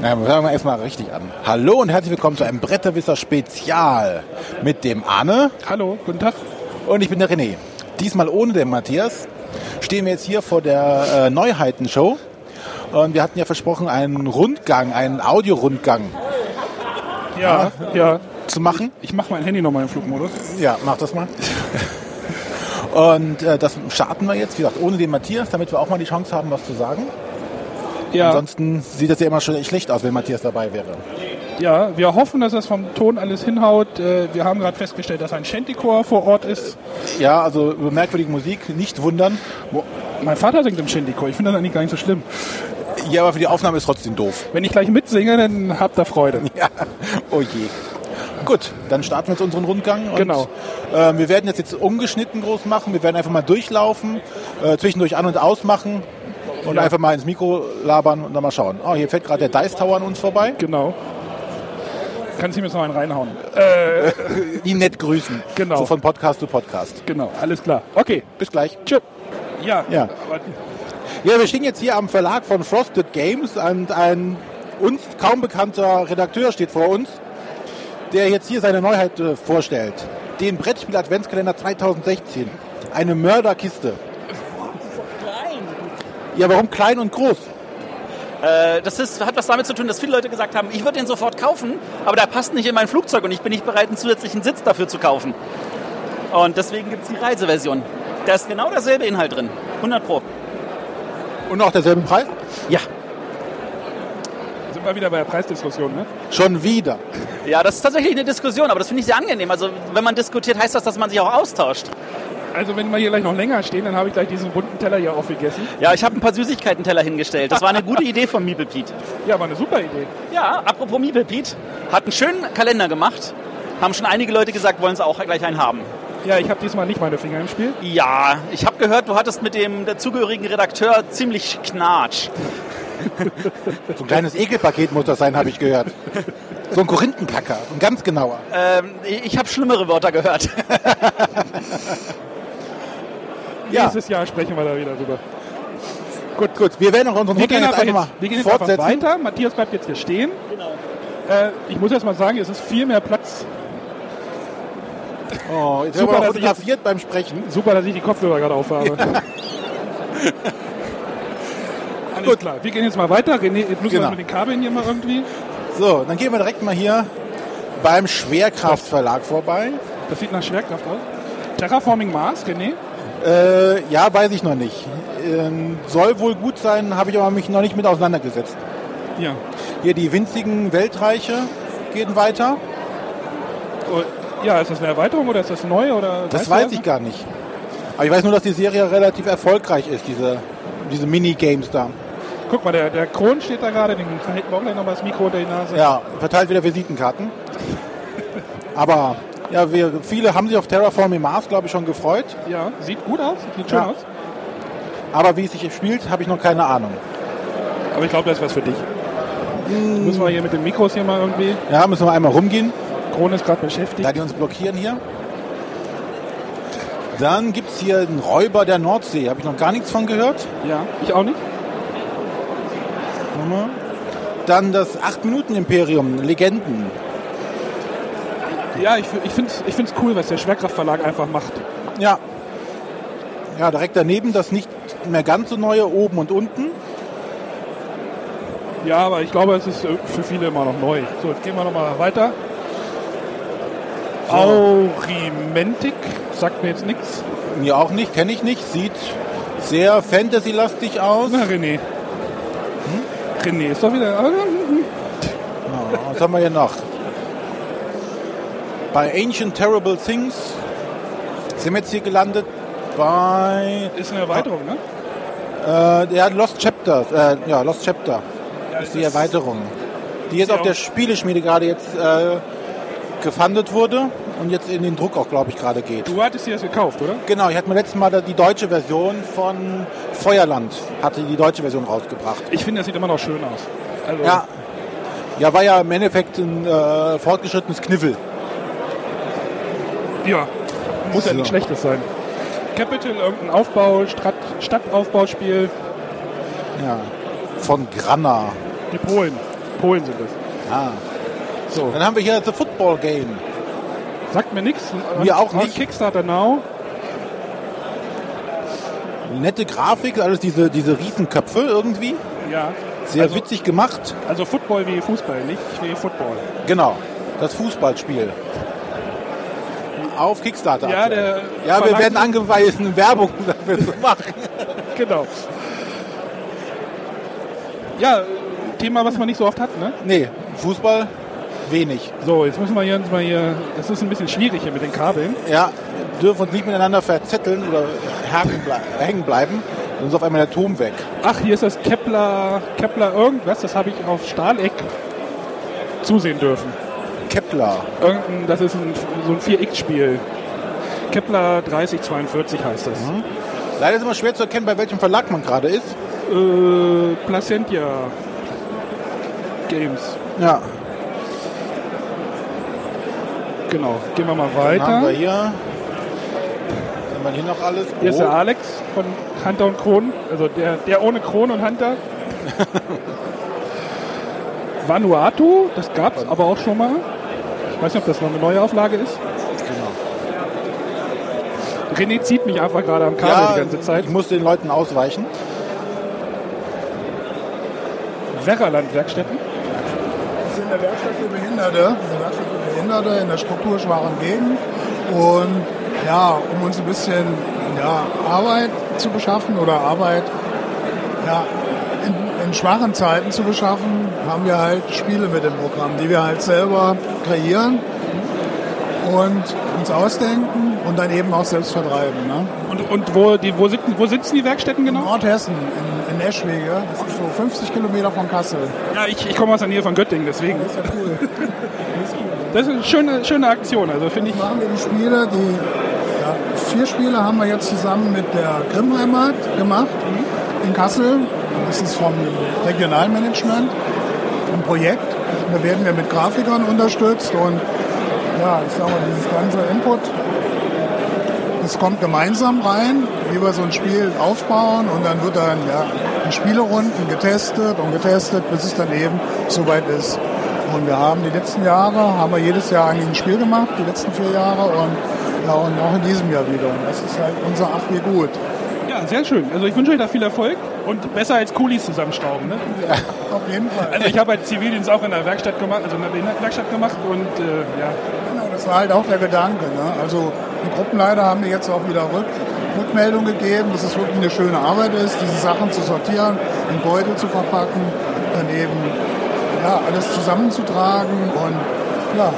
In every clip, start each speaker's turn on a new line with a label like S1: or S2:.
S1: Na, fangen wir erstmal richtig an. Hallo und herzlich willkommen zu einem Bretterwisser Spezial mit dem Arne
S2: Hallo, guten Tag.
S1: und ich bin der René. Diesmal ohne den Matthias stehen wir jetzt hier vor der äh, Neuheitenshow. Und wir hatten ja versprochen, einen Rundgang, einen Audio-Rundgang
S2: Ja, ja.
S1: zu machen.
S2: Ich mache mein Handy nochmal im Flugmodus.
S1: Ja, mach das mal. Und äh, das starten wir jetzt, wie gesagt, ohne den Matthias, damit wir auch mal die Chance haben, was zu sagen.
S2: Ja,
S1: Ansonsten sieht das ja immer schon schlecht aus, wenn Matthias dabei wäre.
S2: ja, wir hoffen, dass das vom Ton alles hinhaut. Äh, Wir haben gerade festgestellt, dass ein Shantychor vor Ort ist.
S1: Ja, also über merkwürdige Musik, nicht wundern.
S2: Wo- Mein Vater singt im Shantychor. Ich finde das eigentlich gar nicht so schlimm.
S1: Ja, aber für die Aufnahme ist trotzdem doof.
S2: Wenn ich gleich mitsinge, dann habt ihr Freude.
S1: Ja, oh je. Gut, dann starten wir jetzt unseren Rundgang. Und,
S2: Genau.
S1: Äh, wir werden das jetzt ungeschnitten groß machen. Wir werden einfach mal durchlaufen, äh, zwischendurch an- und ausmachen und
S2: Ja.
S1: einfach mal ins Mikro labern und dann mal schauen. Oh, hier fährt gerade der Dice Tower an uns vorbei.
S2: Genau. Kannst du mir jetzt noch einen reinhauen?
S1: Die nett grüßen.
S2: Genau.
S1: So von Podcast zu Podcast.
S2: Genau, alles klar. Okay,
S1: Bis gleich.
S2: tschüss. Ja,
S1: Ja.
S2: aber
S1: Ja, wir stehen jetzt hier am Verlag von Frosted Games und ein uns kaum bekannter Redakteur steht vor uns, der jetzt hier seine Neuheit äh, vorstellt. Den Brettspiel Adventskalender 2016. Eine Mörderkiste. Ja, warum klein und groß?
S3: Äh, Das ist, hat was damit zu tun, dass viele Leute gesagt haben, ich würde den sofort kaufen, aber der passt nicht in mein Flugzeug und ich bin nicht bereit, einen zusätzlichen Sitz dafür zu kaufen. Und deswegen gibt es die Reiseversion. Da ist genau derselbe Inhalt drin. 100 Pro.
S1: Und auch derselben Preis?
S3: Ja.
S2: sind wir wieder bei der Preisdiskussion, ne?
S1: Schon wieder.
S3: Ja, das ist tatsächlich eine Diskussion, aber das finde ich sehr angenehm. Also, wenn man diskutiert, heißt das, dass man sich auch austauscht.
S2: Also wenn wir hier gleich noch länger stehen, dann habe ich gleich diesen bunten Teller hier aufgegessen.
S3: Ja, ich habe ein paar Süßigkeiten-Teller hingestellt. Das war eine gute Idee von Meeple Pete.
S2: Ja, war eine super Idee.
S3: Ja, apropos Meeple Pete, hat einen schönen Kalender gemacht. Haben schon einige Leute gesagt, wollen sie auch gleich einen haben.
S2: Ja, ich habe diesmal nicht meine Finger im Spiel.
S3: Ja, ich habe gehört, du hattest mit dem dazugehörigen Redakteur ziemlich Knatsch.
S1: So ein kleines Ekelpaket muss das sein, habe ich gehört. So ein Korinthenkacker, ein ganz genauer.
S2: Äh,
S3: Ähm, ich habe schlimmere Wörter gehört.
S1: Ja,
S2: Nächstes Jahr sprechen wir da wieder drüber.
S1: gut, gut. Wir werden auch unseren
S2: Wir gehen,
S1: Rundgang jetzt
S2: einfach
S1: einfach
S2: jetzt,
S1: mal
S2: wir gehen jetzt einfach
S1: fortsetzen.
S2: weiter. Matthias bleibt jetzt hier stehen. Äh, ich muss erst mal sagen, es ist viel mehr Platz.
S1: Oh, jetzt
S2: Super,
S1: werden wir auch
S2: dass ich jetzt-
S1: fotografiert beim Sprechen.
S2: Super, dass ich die Kopfhörer gerade aufhabe. Alles
S1: Gut.
S2: klar, wir gehen jetzt mal weiter. René, jetzt müssen
S1: Genau.
S2: wir mit den Kabeln hier mal irgendwie.
S1: So, dann gehen wir direkt mal hier beim Schwerkraftverlag vorbei.
S2: Das sieht nach Schwerkraft aus. Terraforming Mars, René.
S1: Äh, ja, weiß ich noch nicht. Ähm, soll wohl gut sein, habe ich aber mich noch nicht mit auseinandergesetzt.
S2: Ja.
S1: Hier die winzigen Weltreiche gehen weiter.
S2: Oh, Ja, ist das eine Erweiterung oder ist das neu? Oder
S1: Das
S2: weißt du
S1: weiß
S2: das
S1: ich
S2: noch?
S1: gar nicht. Aber ich weiß nur, dass die Serie relativ erfolgreich ist, diese, diese Minigames da.
S2: Guck mal, der, der Kron steht da gerade, den halten wir auch gleich nochmal das Mikro unter die Nase.
S1: Ja, verteilt wieder Visitenkarten. Aber ja, wir, viele haben sich auf Terraforming Mars, glaube ich, schon gefreut.
S2: Ja, sieht gut aus, sieht schön
S1: Ja.
S2: aus.
S1: Aber wie es sich spielt, habe ich noch keine Ahnung.
S2: Aber ich glaube, das ist was für dich.
S1: Hm.
S2: Müssen wir hier mit den Mikros hier mal irgendwie.
S1: Ja, müssen wir einmal rumgehen.
S2: Kron ist gerade beschäftigt.
S1: Da die uns blockieren hier. Dann gibt es hier einen Räuber der Nordsee. Habe ich noch gar nichts von gehört.
S2: Ja, ich auch nicht.
S1: Dann das 8-Minuten-Imperium, Legenden.
S2: Ja, ich, fi- ich finde es ich find's cool, was der Schwerkraftverlag einfach macht.
S1: Ja. Ja, direkt daneben das nicht mehr ganz so neue, oben und unten.
S2: Ja, aber ich glaube, es ist äh, für viele immer noch neu. So, jetzt gehen wir nochmal weiter. Aurimentik sagt mir jetzt nichts.
S1: Mir auch nicht, kenne ich nicht. Sieht sehr Fantasy-lastig aus.
S2: Na, René. Hm? René ist doch wieder. Ah,
S1: Ja, was haben wir hier noch? Bei Ancient Terrible Things sind wir jetzt hier gelandet. Bei
S2: Ist eine Erweiterung, ne?
S1: Äh, ja, Lost Chapters, äh, ja, Lost Chapter
S2: Ja,
S1: ist die Erweiterung. Die jetzt
S2: ja
S1: auf der
S2: auch-
S1: Spieleschmiede gerade jetzt äh, gefundet wurde und jetzt in den Druck auch, glaube ich, gerade geht.
S2: Du hattest dir das gekauft, oder?
S1: Genau, ich hatte mir letztes Mal da die deutsche Version von Feuerland, hatte die deutsche Version rausgebracht.
S2: Ich finde, das sieht immer noch schön aus. Also,
S1: Ja, ja war ja im Endeffekt ein äh, fortgeschrittenes Kniffel.
S2: ja. Muss ja
S1: So.
S2: nichts Schlechtes sein. Capital, irgendein Aufbau, Strat Stadtaufbauspiel,
S1: Ja. Von Granna.
S2: die Polen. Polen sind das.
S1: Ah.
S2: So,
S1: Dann haben wir hier The Football Game.
S2: sagt mir nichts.
S1: Mir auch
S2: On
S1: nicht.
S2: Kickstarter Now.
S1: Nette Grafik, alles diese, diese Riesenköpfe irgendwie.
S2: Ja.
S1: Sehr
S2: also,
S1: witzig gemacht.
S2: Also Football wie Fußball, nicht wie Football.
S1: Genau. Das Fußballspiel. Auf Kickstarter.
S2: Ja,
S1: aktuell.
S2: der
S1: ja wir
S2: Verlag-
S1: werden angewiesen, Werbung dafür zu machen.
S2: Genau. Ja, Thema, was man nicht so oft hat, ne?
S1: Nee, Fußball wenig.
S2: So, jetzt müssen wir hier uns mal hier. Das ist ein bisschen schwierig hier mit den Kabeln.
S1: Ja, wir dürfen uns nicht miteinander verzetteln oder haken blei- hängen bleiben. Sonst ist auf einmal der Turm weg.
S2: Ach, hier ist das Kepler, Kepler irgendwas, das habe ich auf Stahleck zusehen dürfen.
S1: Kepler.
S2: Irgendein, das ist ein, so ein 4X-Spiel. Kepler 3042 heißt das.
S1: Leider ist immer schwer zu erkennen, bei welchem Verlag man gerade ist. Mhm.
S2: Äh, Placentia Games.
S1: Ja,
S2: Genau, gehen wir mal
S1: dann haben wir
S2: weiter.
S1: hier. Dann haben wir hier noch alles.
S2: Hier ist der
S1: Oh,
S2: Alex von Hunter und Kron, also der, der ohne Kron und Hunter. Vanuatu, das gab es aber auch schon mal. Ich weiß nicht, ob das noch eine neue Auflage ist.
S1: genau.
S2: René zieht mich einfach gerade am Kabel
S1: Ja,
S2: die ganze Zeit.
S1: Ich muss den Leuten ausweichen.
S2: Werraland-Werkstätten.
S4: Wir sind eine Werkstatt für Behinderte, eine Werkstatt für Behinderte in der strukturschwachen Gegend. Und ja, um uns ein bisschen ja, Arbeit zu beschaffen oder Arbeit ja, in, in schwachen Zeiten zu beschaffen, haben wir halt Spiele mit dem Programm, die wir halt selber kreieren und uns ausdenken und dann eben auch selbst vertreiben. Ne?
S2: Und, und wo, die, wo, sitzen, wo sitzen die Werkstätten
S4: In
S2: genau?
S4: Nordhessen, in, in Eschwege, das ist so 50 Kilometer von Kassel.
S2: Ja, ich, ich komme aus der Nähe von Göttingen, deswegen.
S4: Das ist ja cool. Das ist cool.
S2: Das ist eine schöne, schöne Aktion, also finde ich.
S4: machen wir die Spiele, die ja, vier Spiele haben wir jetzt zusammen mit der Grimmheimat gemacht in Kassel. Das ist vom Regionalmanagement, ein Projekt. Da werden wir mit Grafikern unterstützt und ja, ich sag mal, dieses ganze Input, das kommt gemeinsam rein, wie wir so ein Spiel aufbauen und dann wird dann ja, in Spielerunden getestet und getestet, bis es dann eben soweit ist. Und wir haben die letzten Jahre, haben wir jedes Jahr eigentlich ein Spiel gemacht, die letzten vier Jahre und, ja, und auch in diesem Jahr wieder. Und das ist halt unser Ach, wie gut.
S2: Ja, sehr schön. Also ich wünsche euch da viel Erfolg und besser als Kulis zusammenschrauben. Ne?
S4: Auf jeden Fall.
S2: Also ich habe als Zivildienst auch in der Werkstatt gemacht, also in der Behindertenwerkstatt gemacht und äh, ja.
S4: Genau, das war halt auch der Gedanke. Ne? Also die Gruppenleiter haben mir jetzt auch wieder Rück Rückmeldung gegeben, dass es wirklich eine schöne Arbeit ist, diese Sachen zu sortieren, in Beutel zu verpacken, dann eben ja, alles zusammenzutragen und ja,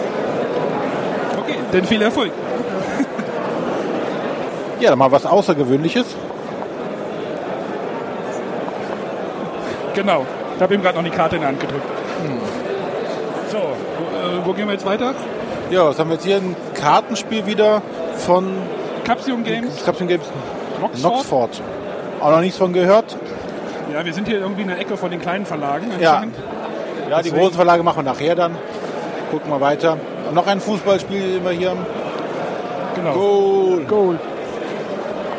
S2: Okay, dann viel Erfolg.
S1: Ja, dann mal was Außergewöhnliches.
S2: Genau. Ich habe ihm gerade noch die Karte in die Hand gedrückt. So, wo, äh, wo gehen wir jetzt weiter?
S1: Ja, was haben wir jetzt hier? Ein Kartenspiel wieder von
S2: Capsium Games,
S1: Captain Games
S2: Knoxford.
S1: Knoxford. Auch noch nichts von gehört.
S2: Ja, wir sind hier irgendwie in der Ecke von den kleinen Verlagen.
S1: Ja.
S2: anscheinend.
S1: Ja, die
S2: Deswegen-
S1: großen Verlage machen wir nachher dann. Gucken wir weiter. Und noch ein Fußballspiel immer hier.
S2: Genau.
S1: Goal.
S2: Goal.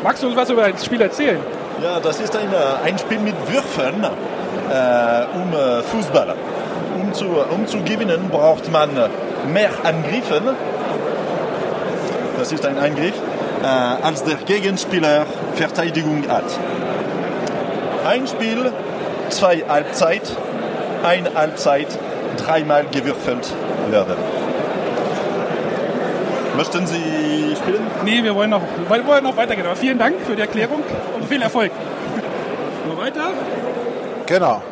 S2: Magst du was über das Spiel erzählen?
S5: Ja, das ist ein, äh, ein Spiel mit Würfeln äh, um äh, Fußball. Um zu, um zu gewinnen, braucht man mehr Angriffen. Das ist ein Angriff, äh, als der Gegenspieler Verteidigung hat. Ein Spiel, zwei Halbzeit, ein Halbzeit, dreimal gewürfelt werden. Möchten Sie spielen?
S2: Nee, wir wollen noch, wir wollen noch weitergehen. Aber vielen Dank für die Erklärung und viel Erfolg. Noch weiter?
S1: Genau.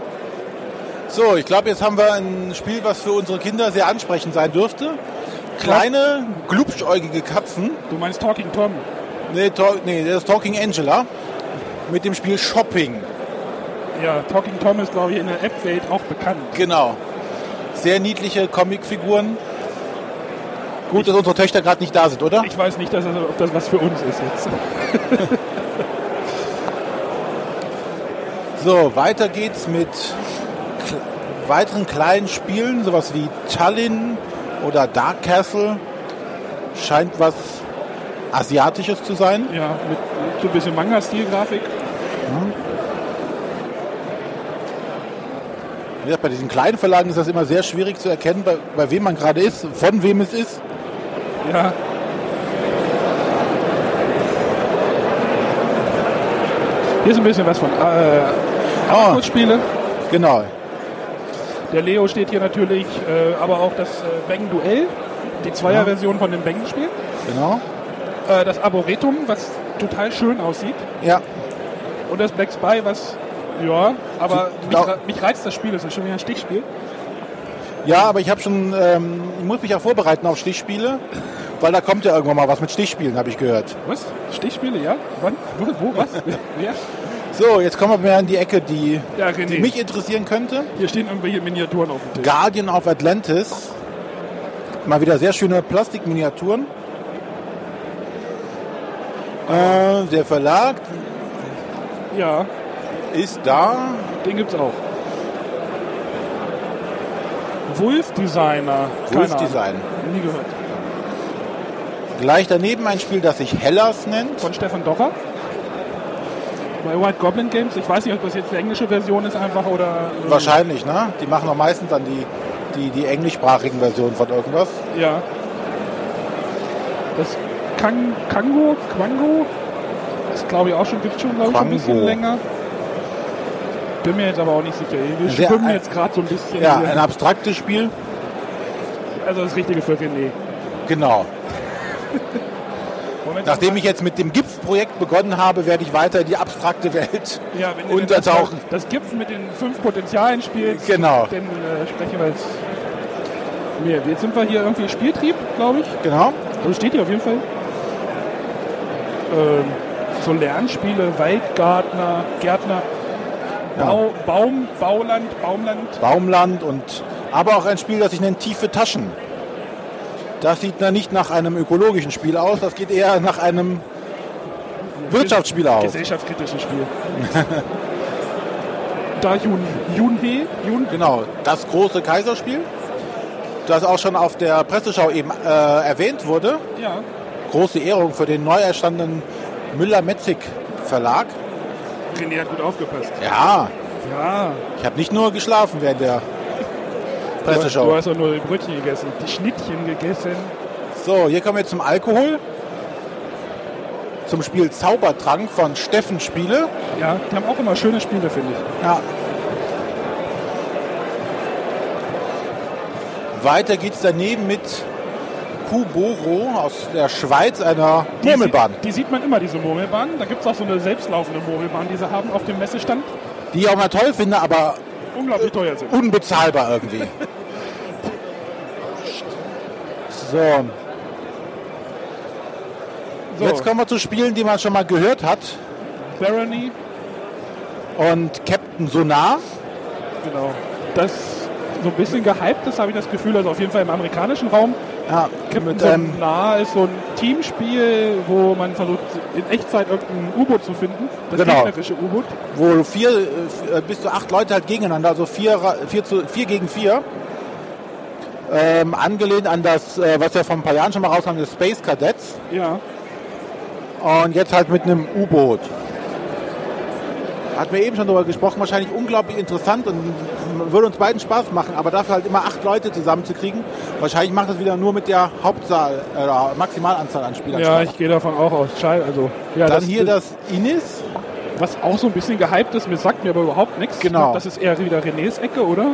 S1: So, ich glaube, jetzt haben wir ein Spiel, was für unsere Kinder sehr ansprechend sein dürfte. Kleine, glubschäugige Katzen.
S2: Du meinst Talking Tom.
S1: Nee, Talk, nee, das ist Talking Angela. Mit dem Spiel Shopping.
S2: Ja, Talking Tom ist, glaube ich, in der App-Welt auch bekannt.
S1: Genau. Sehr niedliche Comicfiguren. Gut, dass unsere Töchter gerade nicht da sind, oder?
S2: Ich weiß nicht, dass das, ob das was für uns ist jetzt.
S1: So, weiter geht's mit kle- weiteren kleinen Spielen, sowas wie Tallinn oder Dark Castle. Scheint was Asiatisches zu sein.
S2: Ja, mit so ein bisschen Manga-Stil-Grafik.
S1: Wie gesagt, bei diesen kleinen Verlagen ist das immer sehr schwierig zu erkennen, bei, bei wem man gerade ist, von wem es ist.
S2: Ja. Hier ist ein bisschen was von äh,
S1: Ah,
S2: Kurzspiele.
S1: genau.
S2: Der Leo steht hier natürlich, äh, aber auch das äh, Bang Duell, die Zweier-Version von dem Bang-Spiel.
S1: Genau.
S2: Äh, das Arboretum, was total schön aussieht.
S1: Ja,
S2: Und das Black Spy, was, ja, aber mich,
S1: glaub-
S2: re- mich reizt das Spiel, es ist schon wieder ein Stichspiel.
S1: ja aber ich habe schon, ähm, ich muss mich ja vorbereiten auf Stichspiele, weil da kommt ja irgendwann mal was mit Stichspielen, habe ich gehört.
S2: Was? Stichspiele, ja? Wann? Wo? wo was? Wer?
S1: So, jetzt kommen wir mehr in die Ecke, die,
S2: Ja, René.
S1: die mich interessieren könnte.
S2: Hier stehen irgendwelche Miniaturen auf dem Tisch.
S1: Guardian of Atlantis. Mal wieder sehr schöne Plastikminiaturen. Äh, der Verlag
S2: Ja,
S1: ist da.
S2: den gibt's auch. Wolf Designer. Keine
S1: Wolf Design.
S2: Ahnung. Nie gehört.
S1: Gleich daneben ein Spiel, das sich Hellas nennt.
S2: Von Stefan Docher. Bei White Goblin Games. Ich weiß nicht, ob das jetzt die englische Version ist einfach oder. äh,
S1: Wahrscheinlich, ne? Die machen doch meistens dann die, die, die englischsprachigen Versionen von irgendwas.
S2: Ja. Das Kang Kango, Quango, das glaube ich auch schon, gibt es schon, glaube ich, schon ein bisschen
S1: Quango.
S2: länger. Bin mir jetzt aber auch nicht sicher. Wir
S1: Sehr
S2: schwimmen
S1: ein-
S2: jetzt gerade so ein bisschen.
S1: Ja, ein
S2: hier.
S1: abstraktes Spiel.
S2: Also das Richtige für René.
S1: Genau.
S2: Moment,
S1: Nachdem ich jetzt mit dem GIPF-Projekt begonnen habe, werde ich weiter in die abstrakte Welt
S2: ja, wenn ihr das,
S1: untertauchen.
S2: das Gipfel mit den fünf Potenzialen spielst,
S1: Genau.
S2: dann äh, sprechen wir jetzt mehr. Jetzt sind wir hier irgendwie Spieltrieb, glaube ich.
S1: Genau.
S2: Also steht hier auf jeden Fall. Ähm, so Lernspiele, Waldgärtner, Gärtner, Bau, Baum, Bauland, Baumland.
S1: Baumland und aber auch ein Spiel, das sich nennt Tiefe Taschen. Das sieht na nicht nach einem ökologischen Spiel aus, das geht eher nach einem Wirtschaftsspiel aus.
S2: Gesellschaftskritisches Spiel. da Jun, Junhe, Jun,
S1: Genau, das große Kaiserspiel, das auch schon auf der Presseschau eben äh, erwähnt wurde.
S2: ja,
S1: Große Ehrung für den neu erstandenen Müller-Metzig Verlag.
S2: René hat gut aufgepasst.
S1: Ja,
S2: Ja,
S1: ich habe nicht nur geschlafen während der
S2: du
S1: Presseschau.
S2: hast auch nur die Brötchen gegessen, die Schnittchen gegessen.
S1: So, hier kommen wir zum Alkohol. Zum Spiel Zaubertrank von Steffen Spiele.
S2: Ja, die haben auch immer schöne Spiele, finde ich.
S1: Ja. Weiter geht's daneben mit Kuboro aus der Schweiz, einer
S2: Die
S1: Murmelbahn,
S2: sieht- Die sieht man immer, diese Murmelbahn. Da gibt es auch so eine selbstlaufende Murmelbahn, die sie haben auf dem Messestand.
S1: die ich auch mal toll finde, aber
S2: Unglaublich teuer sind.
S1: unbezahlbar irgendwie. so.
S2: So,
S1: jetzt kommen wir zu Spielen, die man schon mal gehört hat.
S2: Barony,
S1: Und Captain Sonar,
S2: genau. Das so ein bisschen gehypt ist, habe ich das Gefühl, also auf jeden Fall im amerikanischen Raum.
S1: ja,
S2: Captain
S1: mit ähm,
S2: Sonar ist so ein Teamspiel, wo man versucht, in Echtzeit irgendein U-Boot zu finden. Das
S1: Genau.
S2: gegnerische U-Boot.
S1: wo vier, äh, bis zu acht Leute halt gegeneinander, also vier, Ra- vier, zu, vier gegen vier. Ähm, angelehnt an das, äh, was wir vor ein paar Jahren schon mal rauskamen, das Space Cadets.
S2: Ja.
S1: Und jetzt halt mit einem U-Boot. Hatten wir eben schon darüber gesprochen, wahrscheinlich unglaublich interessant und würde uns beiden Spaß machen, aber dafür halt immer acht Leute zusammenzukriegen. Wahrscheinlich macht das wieder nur mit der Hauptzahl, äh, Maximalanzahl an Spielern
S2: Ja,
S1: Spaß.
S2: ich gehe davon auch aus. Schei, also. Ja,
S1: Dann hier das Inis.
S2: Was auch so ein bisschen gehypt ist, mir sagt mir aber überhaupt nichts. Ich
S1: Genau.
S2: glaub, Das ist eher wieder Renés Ecke, oder?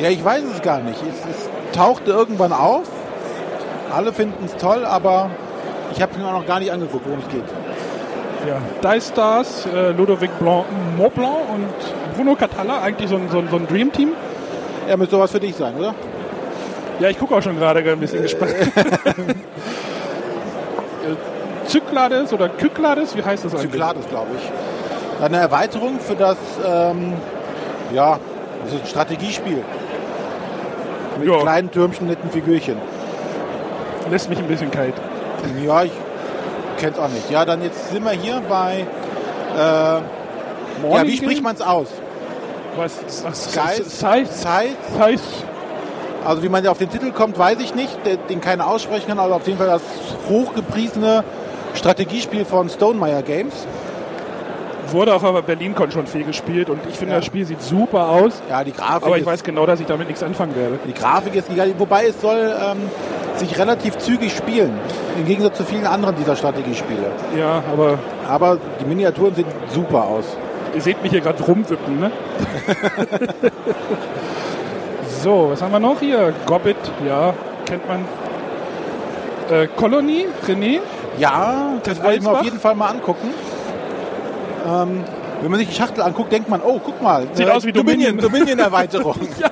S1: Ja, ich weiß es gar nicht. Es, es tauchte irgendwann auf. Alle finden es toll, aber ich habe mir auch noch gar nicht angeguckt, worum es geht.
S2: Ja, Dice Stars, äh, Ludovic Blanc, Maublanc und Bruno Catalla, eigentlich so ein, so ein, so ein Dream-Team.
S1: Ja, müsste sowas für dich sein, oder?
S2: Ja, ich gucke auch schon gerade ein bisschen gespannt. Zyklades oder Kyklades, wie heißt das eigentlich?
S1: Zyklades, glaube ich. Eine Erweiterung für das, ähm, ja, das ist ein Strategiespiel. Mit
S2: Ja.
S1: kleinen Türmchen, netten Figürchen.
S2: Lässt mich ein bisschen kalt.
S1: Ja, ich kenne es auch nicht. Ja, dann jetzt sind wir hier bei, ja, wie spricht man es aus?
S2: Was?
S1: Sky-
S2: Size?
S1: Zeit,
S2: Size?
S1: Also wie man ja auf den Titel kommt, weiß ich nicht. Der- Den keiner aussprechen kann, aber auf jeden Fall das hochgepriesene Strategiespiel von Stonemeyer Games.
S2: wurde auch aber Berlin-Con schon viel gespielt und ich finde,
S1: Ja.
S2: das Spiel sieht super aus.
S1: Ja, die Grafik.
S2: Aber ich
S1: ist-
S2: weiß genau, dass ich damit nichts anfangen werde.
S1: Die Grafik ist gigantisch, wobei es soll ähm, sich relativ zügig spielen, im Gegensatz zu vielen anderen dieser Strategiespiele.
S2: Ja, aber
S1: Aber die Miniaturen sehen super aus.
S2: ihr seht mich hier gerade rumwippen, ne? so, was haben wir noch hier? Gobbit, ja, kennt man. Äh, Colony, René?
S1: Ja, das
S2: Das
S1: wollte ich mir
S2: Eisbach?
S1: auf jeden Fall mal angucken. Ähm, wenn man sich die Schachtel anguckt, denkt man, oh, guck mal.
S2: Sieht aus wie Dominion.
S1: Dominion-Erweiterung.
S2: Ja,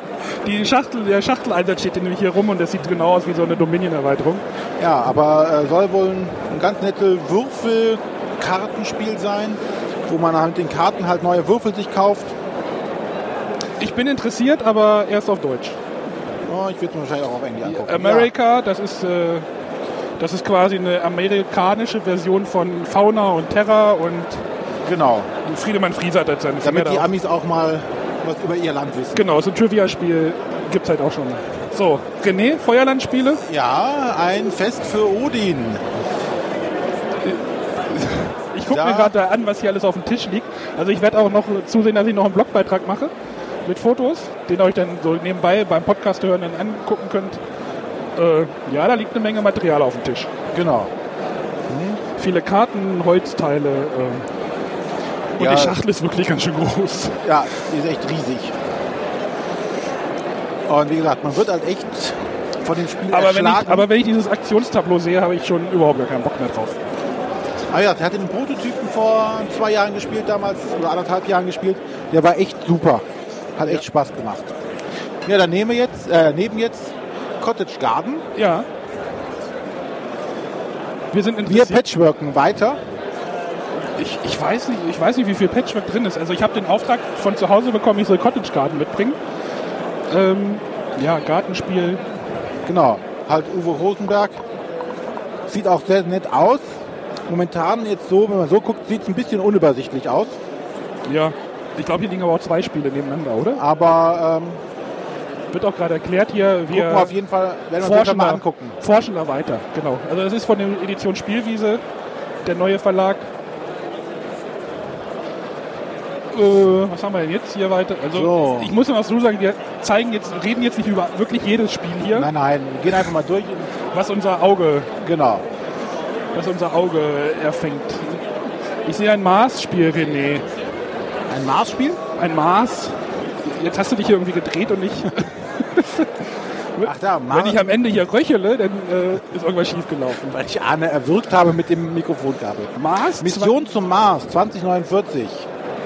S2: die Schachtel, der Schachteleinsatz steht nämlich hier rum und das sieht genau aus wie so eine Dominion-Erweiterung.
S1: ja, aber äh, soll wohl ein, ein ganz nettes Würfelkartenspiel sein, wo man halt mit den Karten halt neue Würfel sich kauft.
S2: Ich bin interessiert, aber erst auf Deutsch.
S1: Oh, ich würde mir wahrscheinlich auch auf Englisch angucken.
S2: America, das ist, äh, das ist quasi eine amerikanische Version von Fauna und Terra und
S1: Ja, genau.
S2: Friedemann Fries hat halt seine Finger
S1: Damit die
S2: da.
S1: Amis auch mal was über ihr Land wissen.
S2: Genau, so ein Trivia-Spiel gibt es halt auch schon. So, René, Feuerlandspiele?
S1: Ja, ein Fest für Odin.
S2: Ich gucke
S1: Ja.
S2: mir gerade da an, was hier alles auf dem Tisch liegt. Also ich werde auch noch zusehen, dass ich noch einen Blogbeitrag mache mit Fotos, den ihr euch dann so nebenbei beim Podcast hören dann angucken könnt. Äh, ja, da liegt eine Menge Material auf dem Tisch. Hm?
S1: Genau.
S2: Viele Karten, Holzteile. Äh, und
S1: Ja.
S2: die Schachtel ist wirklich ganz schön groß.
S1: Ja, die ist echt riesig. Und wie gesagt, man wird halt echt von dem Spiel
S2: Aber wenn,
S1: erschlagen.
S2: ich, aber wenn ich dieses Aktionstableau sehe, habe ich schon überhaupt gar keinen Bock mehr drauf.
S1: ah ja, der hat den Prototypen vor zwei Jahren gespielt damals oder anderthalb Jahren gespielt. Der war echt super. Hat echt Spaß gemacht. Ja, dann nehmen wir jetzt, äh, neben jetzt Cottage Garden.
S2: Ja. Wir sind
S1: Wir
S2: interessiert.
S1: patchworken weiter.
S2: Ich, ich, weiß nicht, ich weiß nicht, wie viel Patchwork drin ist. Also ich habe den Auftrag von zu Hause bekommen, ich soll Cottage Garden mitbringen. Ähm, ja, Gartenspiel.
S1: Genau. Halt Uwe Rosenberg. Sieht auch sehr nett aus. Momentan jetzt so, wenn man so guckt, sieht es ein bisschen unübersichtlich aus.
S2: Ja. Ich glaube, hier liegen aber auch zwei Spiele nebeneinander, oder?
S1: Aber ähm,
S2: Wird auch gerade erklärt hier,
S1: gucken
S2: wir
S1: wir auf jeden Fall, werden wir uns auf jeden Fall
S2: forschen,
S1: mal
S2: da,
S1: angucken.
S2: forschen da weiter. Genau. Also das ist von der Edition Spielwiese, der neue Verlag. Äh, was haben wir denn jetzt hier weiter? Also
S1: So.
S2: ich muss noch was dazu sagen, wir zeigen jetzt, reden jetzt nicht über wirklich jedes Spiel hier,
S1: Nein, nein, wir gehen einfach mal durch.
S2: was unser Auge
S1: Genau.
S2: was unser Auge erfängt. Ich sehe ein Mars-Spiel, René.
S1: Ein Marsspiel?
S2: Ein Mars. Jetzt hast du dich hier irgendwie gedreht und ich,
S1: Ach da, Mars.
S2: wenn ich halt am Ende hier röchele, dann äh, ist irgendwas schiefgelaufen.
S1: weil ich Arne erwürgt habe mit dem Mikrofonkabel.
S2: Mars?
S1: Mission zum Mars 2049.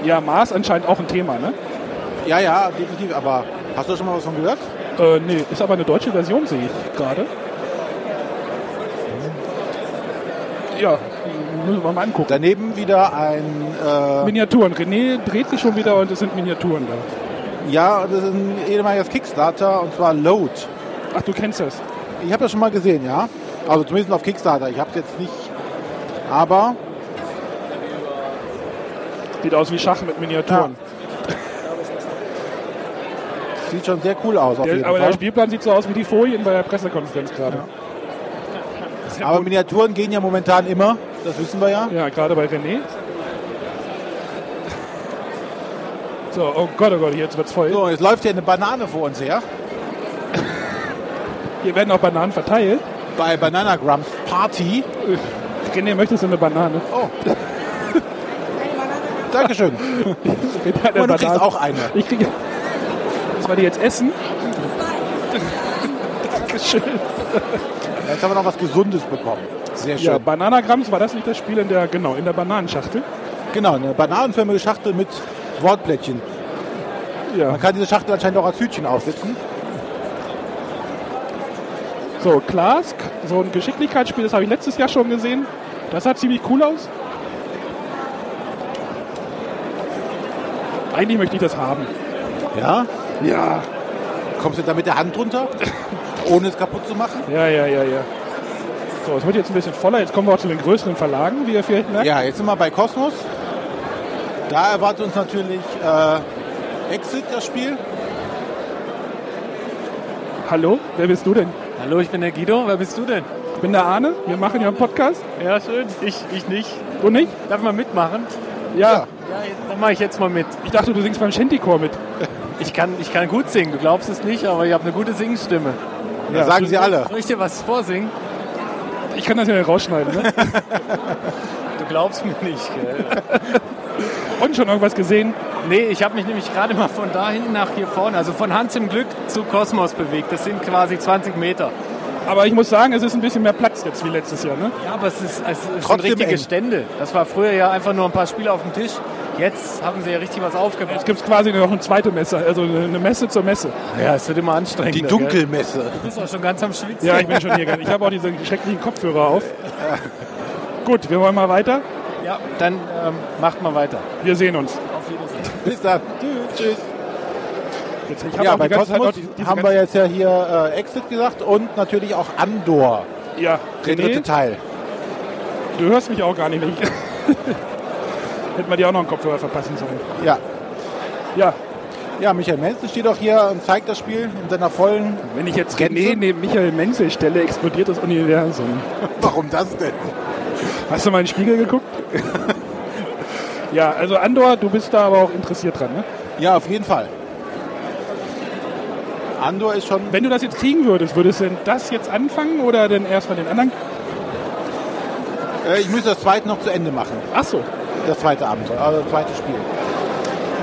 S2: Ja, Mars anscheinend auch ein Thema, ne?
S1: Ja, ja, definitiv, aber hast du schon mal was von gehört?
S2: Äh, nee, ist aber eine deutsche Version, sehe ich gerade. Ja, müssen wir mal angucken.
S1: Daneben wieder ein, äh,
S2: Miniaturen. René dreht sich schon wieder und es sind Miniaturen da.
S1: ja, das ist ein ehemaliges Kickstarter und zwar Load.
S2: Ach, du kennst das.
S1: Ich habe das schon mal gesehen, ja. Also zumindest auf Kickstarter, ich habe es jetzt nicht. Aber
S2: Sieht aus wie Schach mit Miniaturen.
S1: sieht schon sehr cool aus auf jeden
S2: Der, aber der
S1: Fall.
S2: Spielplan sieht so aus wie die Folien bei der Pressekonferenz gerade.
S1: Aber Miniaturen gehen ja momentan immer, das wissen wir ja.
S2: Ja, gerade bei René. So, oh Gott, oh Gott, jetzt wird's voll.
S1: So, jetzt läuft hier eine Banane vor uns her.
S2: Hier werden auch Bananen verteilt.
S1: bei Banana Grumps Party.
S2: René, möchtest du eine Banane?
S1: Oh. Dankeschön.
S2: René hat eine
S1: Und du oh, kriegst auch eine.
S2: Ich krieg... Muss man die jetzt essen? Dankeschön.
S1: Jetzt haben wir noch was Gesundes bekommen. Sehr schön.
S2: Ja, Bananagrams, war das nicht das Spiel in der, genau, in der Bananenschachtel?
S1: Genau, eine bananenförmige Schachtel mit Wortplättchen.
S2: Ja.
S1: Man kann diese Schachtel anscheinend auch als Hütchen aufsetzen.
S2: So, Klask, so ein Geschicklichkeitsspiel, das habe ich letztes Jahr schon gesehen. Das sah ziemlich cool aus. Eigentlich möchte ich das haben.
S1: Ja?
S2: Ja.
S1: Kommst du da mit der Hand drunter, ohne es kaputt zu machen?
S2: Ja, ja, ja, ja. So, es wird jetzt ein bisschen voller. Jetzt kommen wir auch zu den größeren Verlagen, wie ihr vielleicht merkt.
S1: Ja, jetzt sind wir bei Cosmos. Da erwartet uns natürlich äh, Exit, das Spiel.
S2: Hallo, wer bist du denn?
S6: Hallo, ich bin der Guido. Wer bist du denn?
S2: Ich bin der Arne. Wir machen ja einen Podcast.
S6: Ja, schön. Ich, ich nicht.
S2: Du nicht?
S6: Darf man mitmachen?
S2: Ja.
S6: Da mache ich jetzt mal mit.
S2: Ich dachte, du singst beim Shantycore mit.
S6: Ich kann, ich kann gut singen, du glaubst es nicht, aber ich habe eine gute Singstimme.
S1: Das sagen sie alle.
S6: Soll ich dir was vorsingen?
S2: Ich kann das ja nicht rausschneiden. Ne?
S6: Du glaubst mir nicht, gell?
S2: Und schon irgendwas gesehen.
S6: Nee, ich habe mich nämlich gerade mal von da hinten nach hier vorne, also von Hans im Glück zu Kosmos bewegt. Das sind quasi 20 Meter.
S2: Aber ich muss sagen, es ist ein bisschen mehr Platz jetzt wie letztes Jahr. Ne?
S6: Ja, aber es, ist, es ist- es sind
S1: Trotzdem
S6: richtige
S1: eng.
S6: Stände. Das war früher ja einfach nur ein paar Spiele auf dem Tisch. Jetzt haben sie ja richtig was
S2: Es
S6: aufgebaut.
S2: gibt quasi noch eine zweite Messe, also eine Messe zur Messe.
S6: Ja, es wird immer anstrengend.
S1: Die Dunkelmesse.
S6: Du bist auch schon ganz am Schwitzen.
S2: Ja, ich bin schon hier. ganz- Ich habe auch diese schrecklichen Kopfhörer auf. Gut, wir wollen mal weiter.
S6: Ja, dann ähm, macht mal weiter.
S2: Wir sehen uns.
S6: Auf Wiedersehen.
S1: Bis dann. Tschüss. Tschüss.
S2: Jetzt, ich hab
S1: Ja,
S2: auch die
S1: bei
S2: ganze Zeit
S1: Cosmos
S2: noch die- diese
S1: haben wir
S2: ganze-
S1: jetzt ja hier äh, Exit gesagt und natürlich auch Andor,
S2: ja,
S1: der dritte
S2: René,
S1: Teil.
S2: du hörst mich auch gar nicht. wenn ich- Hätten wir dir auch noch einen Kopfhörer verpassen sollen.
S1: Ja.
S2: Ja,
S1: ja, Michael Menzel steht auch hier und zeigt das Spiel in seiner vollen.
S2: wenn ich jetzt
S1: Gänse?
S2: René neben Michael Menzel stelle, explodiert das Universum.
S1: Warum das denn?
S2: Hast du mal in den Spiegel geguckt? ja, also Andor, du bist da aber auch interessiert dran. Ne?
S1: Ja, auf jeden Fall. Andor ist schon.
S2: Wenn du das jetzt kriegen würdest, würdest du denn das jetzt anfangen oder denn erstmal den anderen?
S1: Äh, ich müsste das zweite noch zu Ende machen.
S2: Ach so,
S1: Das zweite Abenteuer, also das zweite Spiel.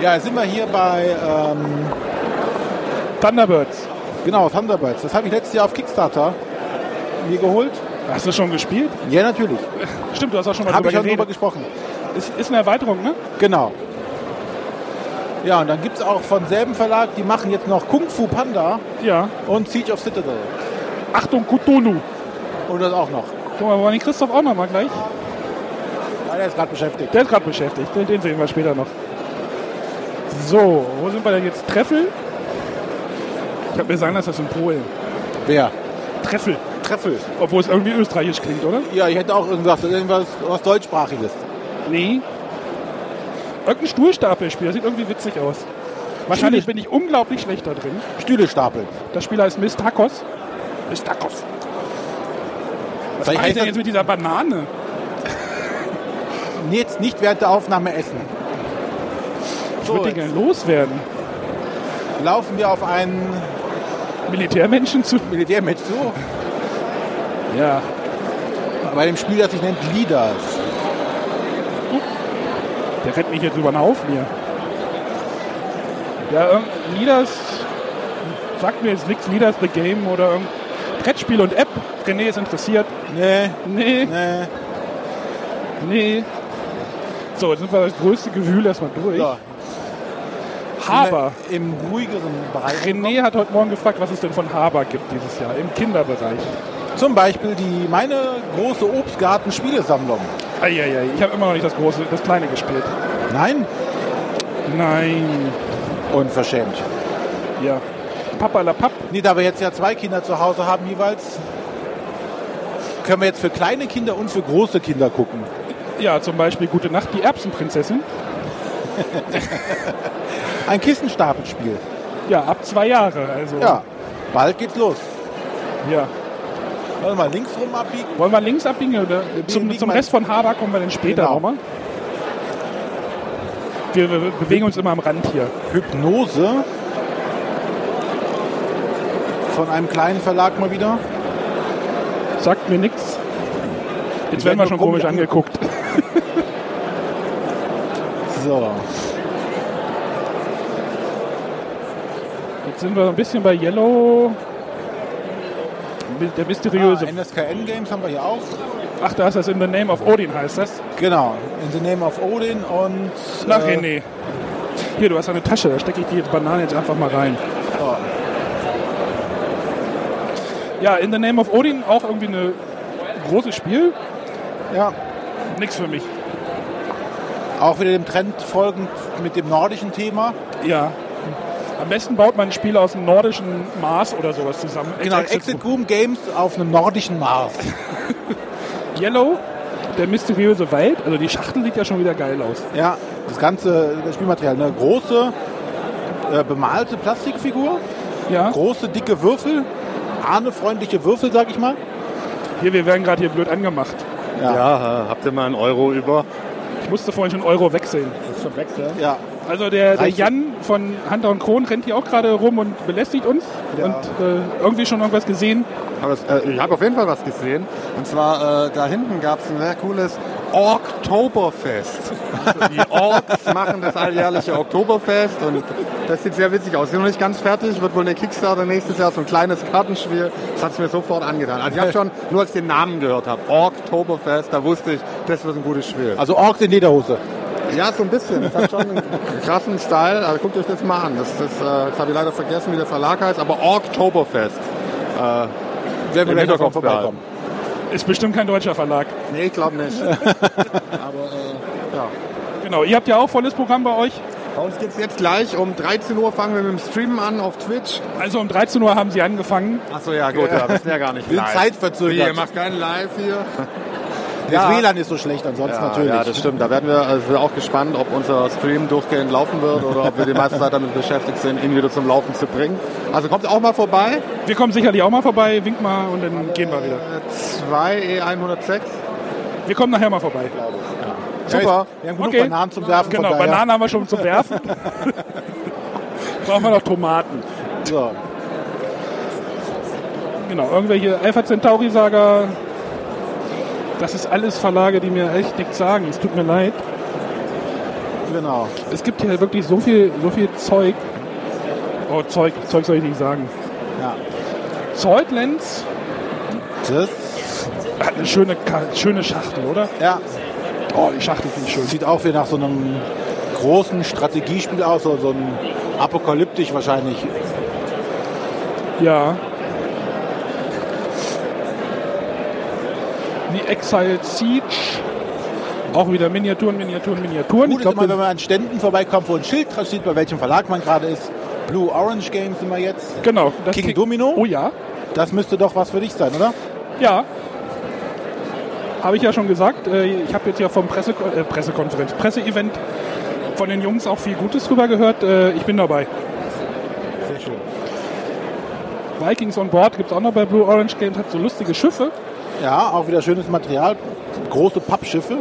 S1: Ja, jetzt sind wir hier bei ähm,
S2: Thunderbirds.
S1: genau Thunderbirds. Das habe ich letztes Jahr auf Kickstarter mir geholt.
S2: Hast du schon gespielt?
S1: Ja, natürlich.
S2: Stimmt, du hast auch schon mal
S1: Habe
S2: drüber
S1: ich ja drüber
S2: geredet.
S1: gesprochen.
S2: Ist, ist eine Erweiterung, ne?
S1: Genau. Ja, und dann gibt es auch von selben Verlag, die machen jetzt noch Kung Fu Panda
S2: Ja.
S1: und Siege of Citadel.
S2: Achtung, Cthulhu.
S1: Und das auch noch.
S2: Guck mal, wollen die Christoph auch nochmal gleich?
S1: Ja, der ist gerade beschäftigt.
S2: Der ist gerade beschäftigt, den, den sehen wir später noch. So, wo sind wir denn jetzt? Treffel? Ich habe mir sagen lassen, das ist in Polen.
S1: Wer?
S2: Treffel.
S1: Treffel.
S2: Obwohl es irgendwie österreichisch klingt, oder?
S1: Ja, ich hätte auch gesagt, irgendwas was deutschsprachiges.
S2: Nee. Irgendein Stuhlstapelspiel, das sieht irgendwie witzig aus. Wahrscheinlich bin ich unglaublich schlecht da drin.
S1: Stühle stapeln.
S2: Das Spiel heißt Miss Tacos. Miss Tacos. Was mache
S1: Vielleicht
S2: ich
S1: heißt
S2: denn
S1: das-
S2: jetzt mit dieser Banane?
S1: Jetzt nicht während der Aufnahme essen.
S2: Ich würde den gerne loswerden.
S1: Laufen wir auf einen
S2: Militärmenschen zu.
S1: Militärmatch zu.
S2: Ja.
S1: Bei dem Spiel, das sich nennt Leaders.
S2: Der rennt mich jetzt über den Haufen hier. Ja, ähm, Leaders sagt mir jetzt nichts. Leaders the Game oder irgendein Brettspiel und App. René ist interessiert.
S1: Nee,
S2: Nee,
S1: nee.
S2: nee. So, jetzt sind wir das größte Gewühl erstmal durch.
S1: So,
S2: Haber.
S1: Im ruhigeren Bereich.
S2: René hat heute Morgen gefragt, was es denn von Haber gibt dieses Jahr im Kinderbereich.
S1: Zum Beispiel die, meine große Obstgarten-Spielesammlung.
S2: Eieiei, ich habe immer noch nicht das große, das kleine gespielt.
S1: Nein?
S2: Nein.
S1: Unverschämt.
S2: Ja. Papa la Papp.
S1: Nee, da wir jetzt ja zwei Kinder zu Hause haben jeweils, können wir jetzt für kleine Kinder und für große Kinder gucken.
S2: Ja, zum Beispiel Gute Nacht, die Erbsenprinzessin.
S1: Ein Kissenstapelspiel.
S2: Ja, ab zwei Jahre. Also,
S1: Ja, bald geht's los.
S2: ja.
S1: Warte mal, links rum abbiegen.
S2: Wollen wir links abbiegen? Oder? Zum,
S1: biegen
S2: zum
S1: mal-
S2: Rest von Haber kommen wir dann später
S1: Genau.
S2: nochmal. Wir, wir bewegen uns immer am Rand hier.
S1: Hypnose. Von einem kleinen Verlag mal wieder.
S2: Sagt mir nichts. Jetzt werden
S1: werden
S2: wir
S1: nur
S2: schon komisch
S1: komisch
S2: angeguckt.
S1: So.
S2: Jetzt sind wir so ein bisschen bei Yellow. Der mysteriöse.
S1: Ah, NSKN Games haben wir hier auch.
S2: Ach, da ist das In the Name of Odin heißt das.
S1: Genau. In the name of Odin und.
S2: Nach
S1: äh,
S2: René. Hier, du hast eine Tasche, da stecke ich die Banane jetzt einfach mal rein.
S1: Oh.
S2: Ja, In the Name of Odin auch irgendwie ein großes Spiel.
S1: Ja.
S2: Nix für mich.
S1: Auch wieder dem Trend folgend mit dem nordischen Thema.
S2: Ja. Am besten baut man ein Spiel aus dem nordischen Mars oder sowas zusammen.
S1: Genau, Exit Room Games auf einem nordischen Mars.
S2: Yellow, der mysteriöse Wald. Also die Schachtel sieht ja schon wieder geil aus.
S1: Ja, das ganze das Spielmaterial. Eine große äh, bemalte Plastikfigur,
S2: Ja.
S1: große dicke Würfel, ahnefreundliche Würfel, sag ich mal.
S2: Hier, wir werden gerade hier blöd angemacht.
S7: äh,
S6: Ja, habt ihr mal einen Euro über?
S2: Ich musste vorhin schon Euro wechseln.
S7: Schon wechseln.
S1: Ja.
S2: Also der, der
S1: Reicht
S2: Jan von Hunter und Kron rennt hier auch gerade rum und belästigt uns. Und äh, irgendwie schon irgendwas gesehen.
S7: Aber es, äh, ich habe auf jeden Fall was gesehen. Und zwar äh, da hinten gab es ein sehr cooles Oktoberfest. Also die Orks machen das alljährliche Oktoberfest und das sieht sehr witzig aus. Sind noch nicht ganz fertig, wird wohl eine Kickstarter nächstes Jahr, so ein kleines Kartenspiel. Das hat es mir sofort angetan. Also ich habe schon, nur als ich den Namen gehört habe, Oktoberfest, da wusste ich, das wird ein gutes Spiel.
S1: Also Orks in Lederhose.
S7: Ja, so ein bisschen. Das hat schon einen krassen Style. Also guckt euch das mal an. Das, das, äh, das habe ich leider vergessen, wie der Verlag heißt, aber Oktoberfest. Äh, sehr
S1: Im Hinterkopf vorbeikommen.
S2: Ist bestimmt kein deutscher Verlag.
S7: Nee, ich glaube nicht. aber äh, ja.
S2: Genau, ihr habt ja auch volles Programm bei euch.
S7: Bei uns geht's jetzt gleich um 13 Uhr fangen wir mit dem Streamen an auf Twitch.
S2: Also um 13 Uhr haben sie angefangen.
S7: Achso, ja gut, ja, das ist ja gar nicht
S1: Wir sind
S7: Wie, ihr
S1: zeitverzögert.
S7: macht keinen Live hier.
S1: Das WLAN ist so schlecht, ansonsten
S7: Ja,
S1: natürlich.
S7: ja, das stimmt. Da werden wir, also wir auch gespannt, ob unser Stream durchgehend laufen wird oder ob wir die meiste Zeit damit beschäftigt sind, ihn wieder zum Laufen zu bringen. Also kommt auch mal vorbei.
S2: Wir kommen sicherlich auch mal vorbei, wink mal und dann gehen wir
S7: Äh, 2
S2: wieder.
S7: E106.
S2: Wir kommen nachher mal vorbei.
S1: Super. Wir haben genug
S2: Okay.
S1: Bananen zum Werfen.
S2: Genau,
S1: von daher.
S2: Bananen haben wir schon zum Werfen. Brauchen wir noch Tomaten.
S1: So.
S2: Genau, irgendwelche Alpha Centauri Saga. Das ist alles Verlage, die mir echt nichts sagen. Es tut mir leid.
S1: Genau.
S2: Es gibt hier wirklich so viel, so viel Zeug. Oh, Zeug, Zeug soll ich nicht sagen.
S1: Ja.
S2: Zeuglands
S1: Das,
S2: hat eine schöne, Ka- schöne Schachtel, oder?
S1: ja,
S2: Oh, die Schachtel finde ich schön.
S1: sieht auch wie nach so einem großen Strategiespiel aus, so, so ein apokalyptisch wahrscheinlich.
S2: Ja. Die Exile Siege. Auch wieder Miniaturen, Miniaturen, Miniaturen.
S1: Gut
S2: Ich
S1: ist immer,
S2: glaube,
S1: wenn man an Ständen vorbeikommt, wo ein Schild dran steht, bei welchem Verlag man gerade ist. Blue Orange Games sind wir jetzt.
S2: genau. das
S1: King
S2: Kick-
S1: Domino?
S2: Oh ja.
S1: Das müsste doch was für dich sein, oder?
S2: Ja. Habe ich ja schon gesagt. Äh, Ich habe jetzt ja vom Presse, äh, Pressekonferenz, Presseevent von den Jungs auch viel Gutes drüber gehört. Äh, Ich bin dabei.
S1: Sehr schön.
S2: Vikings on Board gibt es auch noch bei Blue Orange Games. Hat so lustige Schiffe.
S1: Ja, auch wieder schönes Material. Große Pappschiffe.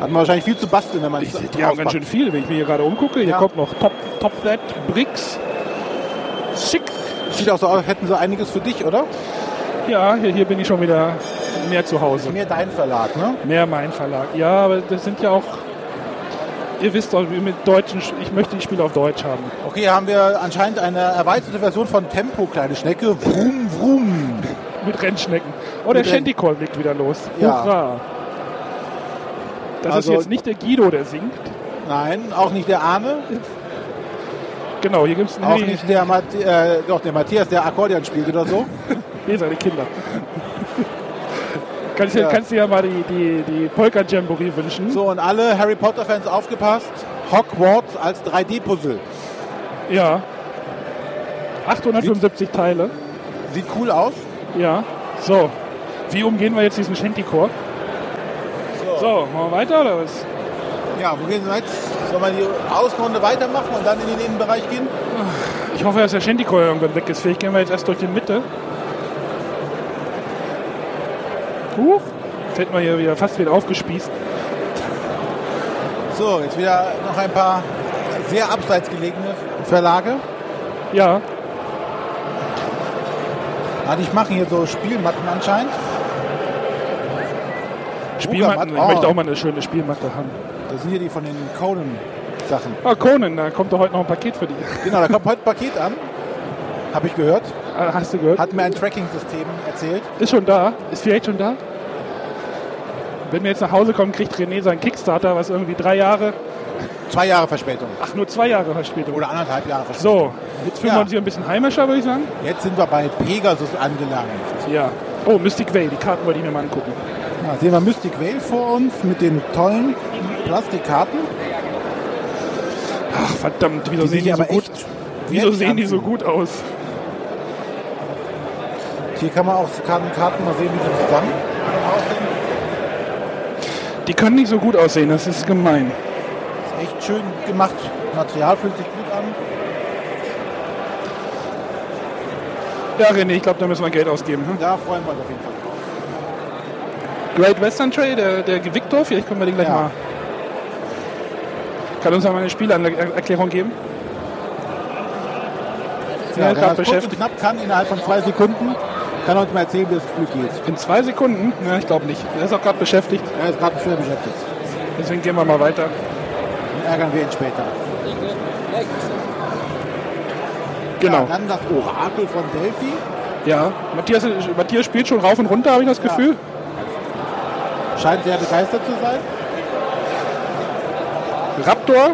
S1: Hat man wahrscheinlich viel zu basteln, wenn man es
S2: Die haben ganz schön viel, wenn ich mir hier gerade umgucke. Hier
S1: Ja.
S2: kommt noch Top, Top Flat, Bricks. Schick.
S1: Sieht auch so aus, hätten sie einiges für dich, oder?
S2: Ja, hier, hier bin ich schon wieder mehr zu Hause.
S1: Mir dein Verlag, ne?
S2: Mehr mein Verlag. Ja, aber das sind ja auch. Ihr wisst doch, wie mit deutschen. Sch- Ich möchte die Spiele auf Deutsch haben.
S1: Okay, hier haben wir anscheinend eine erweiterte Version von Tempo, kleine Schnecke. Vroom, vroom.
S2: Mit Rennschnecken. Oh, der
S1: Mit Renn-
S2: Shantycall legt wieder los.
S1: Ja.
S2: Hurra. Das
S1: Also-
S2: ist jetzt nicht der Guido, der singt.
S1: Nein, auch nicht der Arme,
S2: Genau, hier gibt es einen
S1: auch
S2: Henry-
S1: nicht der, Mat äh, doch, der Matthias, der Akkordeon spielt oder so.
S2: Nee, seine Kinder. kannst, ja.
S1: Ja.
S2: kannst dir ja mal die, die, die Polka-Jamboree wünschen.
S1: So, und alle Harry Potter-Fans aufgepasst. Hogwarts als 3D-Puzzle.
S2: Ja. 875 Teile.
S1: Sieht cool aus.
S2: Ja. So. Wie umgehen wir jetzt diesen Shantycore? So. machen wir weiter oder was?
S1: Ja, wo gehen wir jetzt? Sollen wir die Außenrunde weitermachen und dann in den Innenbereich gehen?
S2: Ich hoffe, dass der Shantycore irgendwann weg ist. Vielleicht gehen wir jetzt erst durch die Mitte. Huch. Jetzt hätten wir hier wieder fast wieder aufgespießt.
S1: So, jetzt wieder noch ein paar sehr abseits gelegene Verlage.
S2: Ja.
S1: Ah, die machen hier so Spielmatten anscheinend.
S2: Spielmatten. Ich
S1: Matt-
S2: möchte
S1: oh.
S2: auch mal eine schöne Spielmatte haben.
S1: Das sind hier die von den Conan-Sachen.
S2: Ah, Conan, da kommt doch heute noch ein Paket für dich.
S1: Genau, da kommt heute ein Paket an. Habe ich gehört.
S2: Ah, Hast du gehört?
S1: Hat mir ein Tracking-System erzählt.
S2: Ist schon da. Ist vielleicht schon da. Wenn wir jetzt nach Hause kommen, kriegt René seinen Kickstarter, was irgendwie drei Jahre,
S1: Zwei Jahre Verspätung.
S2: ach nur zwei Jahre Verspätung.
S1: Oder anderthalb Jahre Verspätung.
S2: So, jetzt fühlen
S1: Ja.
S2: wir uns hier ein bisschen heimischer, würde ich sagen.
S1: Jetzt sind wir bei Pegasus angelangt.
S2: Ja. Oh, Mystic Way, die Karten wollte ich mir mal angucken.
S1: Ja, sehen wir Mystic Vale vor uns mit den tollen Plastikkarten.
S2: Ach, verdammt, wieso sehen
S1: Die sind
S2: die
S1: ja
S2: so
S1: aber
S2: gut?
S1: echt.
S2: Wieso
S1: wertig
S2: sehen die so
S1: anzunehmen.
S2: gut aus?
S1: Hier kann man auch die Karten, Karten mal sehen, wie sie zusammen aussehen.
S2: Die können nicht so gut aussehen, das ist gemein.
S1: Ist echt schön gemacht. Material fühlt sich gut an.
S2: Ja, René, ich glaube, da müssen wir Geld ausgeben. Hm?
S1: Da freuen wir uns auf jeden Fall drauf.
S2: Great Western Trail, der, der Victor, vielleicht können wir den gleich
S1: Ja.
S2: mal Kann uns ja mal eine Spielerklärung geben?
S1: Ja,
S2: Ja,
S1: der
S2: gerade
S1: das kurz und
S2: beschäftigt.
S1: knapp kann, innerhalb von zwei Sekunden, kann er uns mal erzählen, wie das Spiel geht.
S2: In zwei Sekunden? Na, ich glaube nicht. Er ist auch gerade beschäftigt,
S1: Er ist gerade schwer beschäftigt.
S2: deswegen gehen wir mal weiter.
S1: Dann ärgern wir ihn später.
S2: Genau.
S1: Ja, dann das Orakel von Delphi.
S2: Ja, Matthias, Matthias spielt schon rauf und runter, habe ich das Gefühl.
S1: Scheint sehr begeistert zu sein.
S2: Raptor,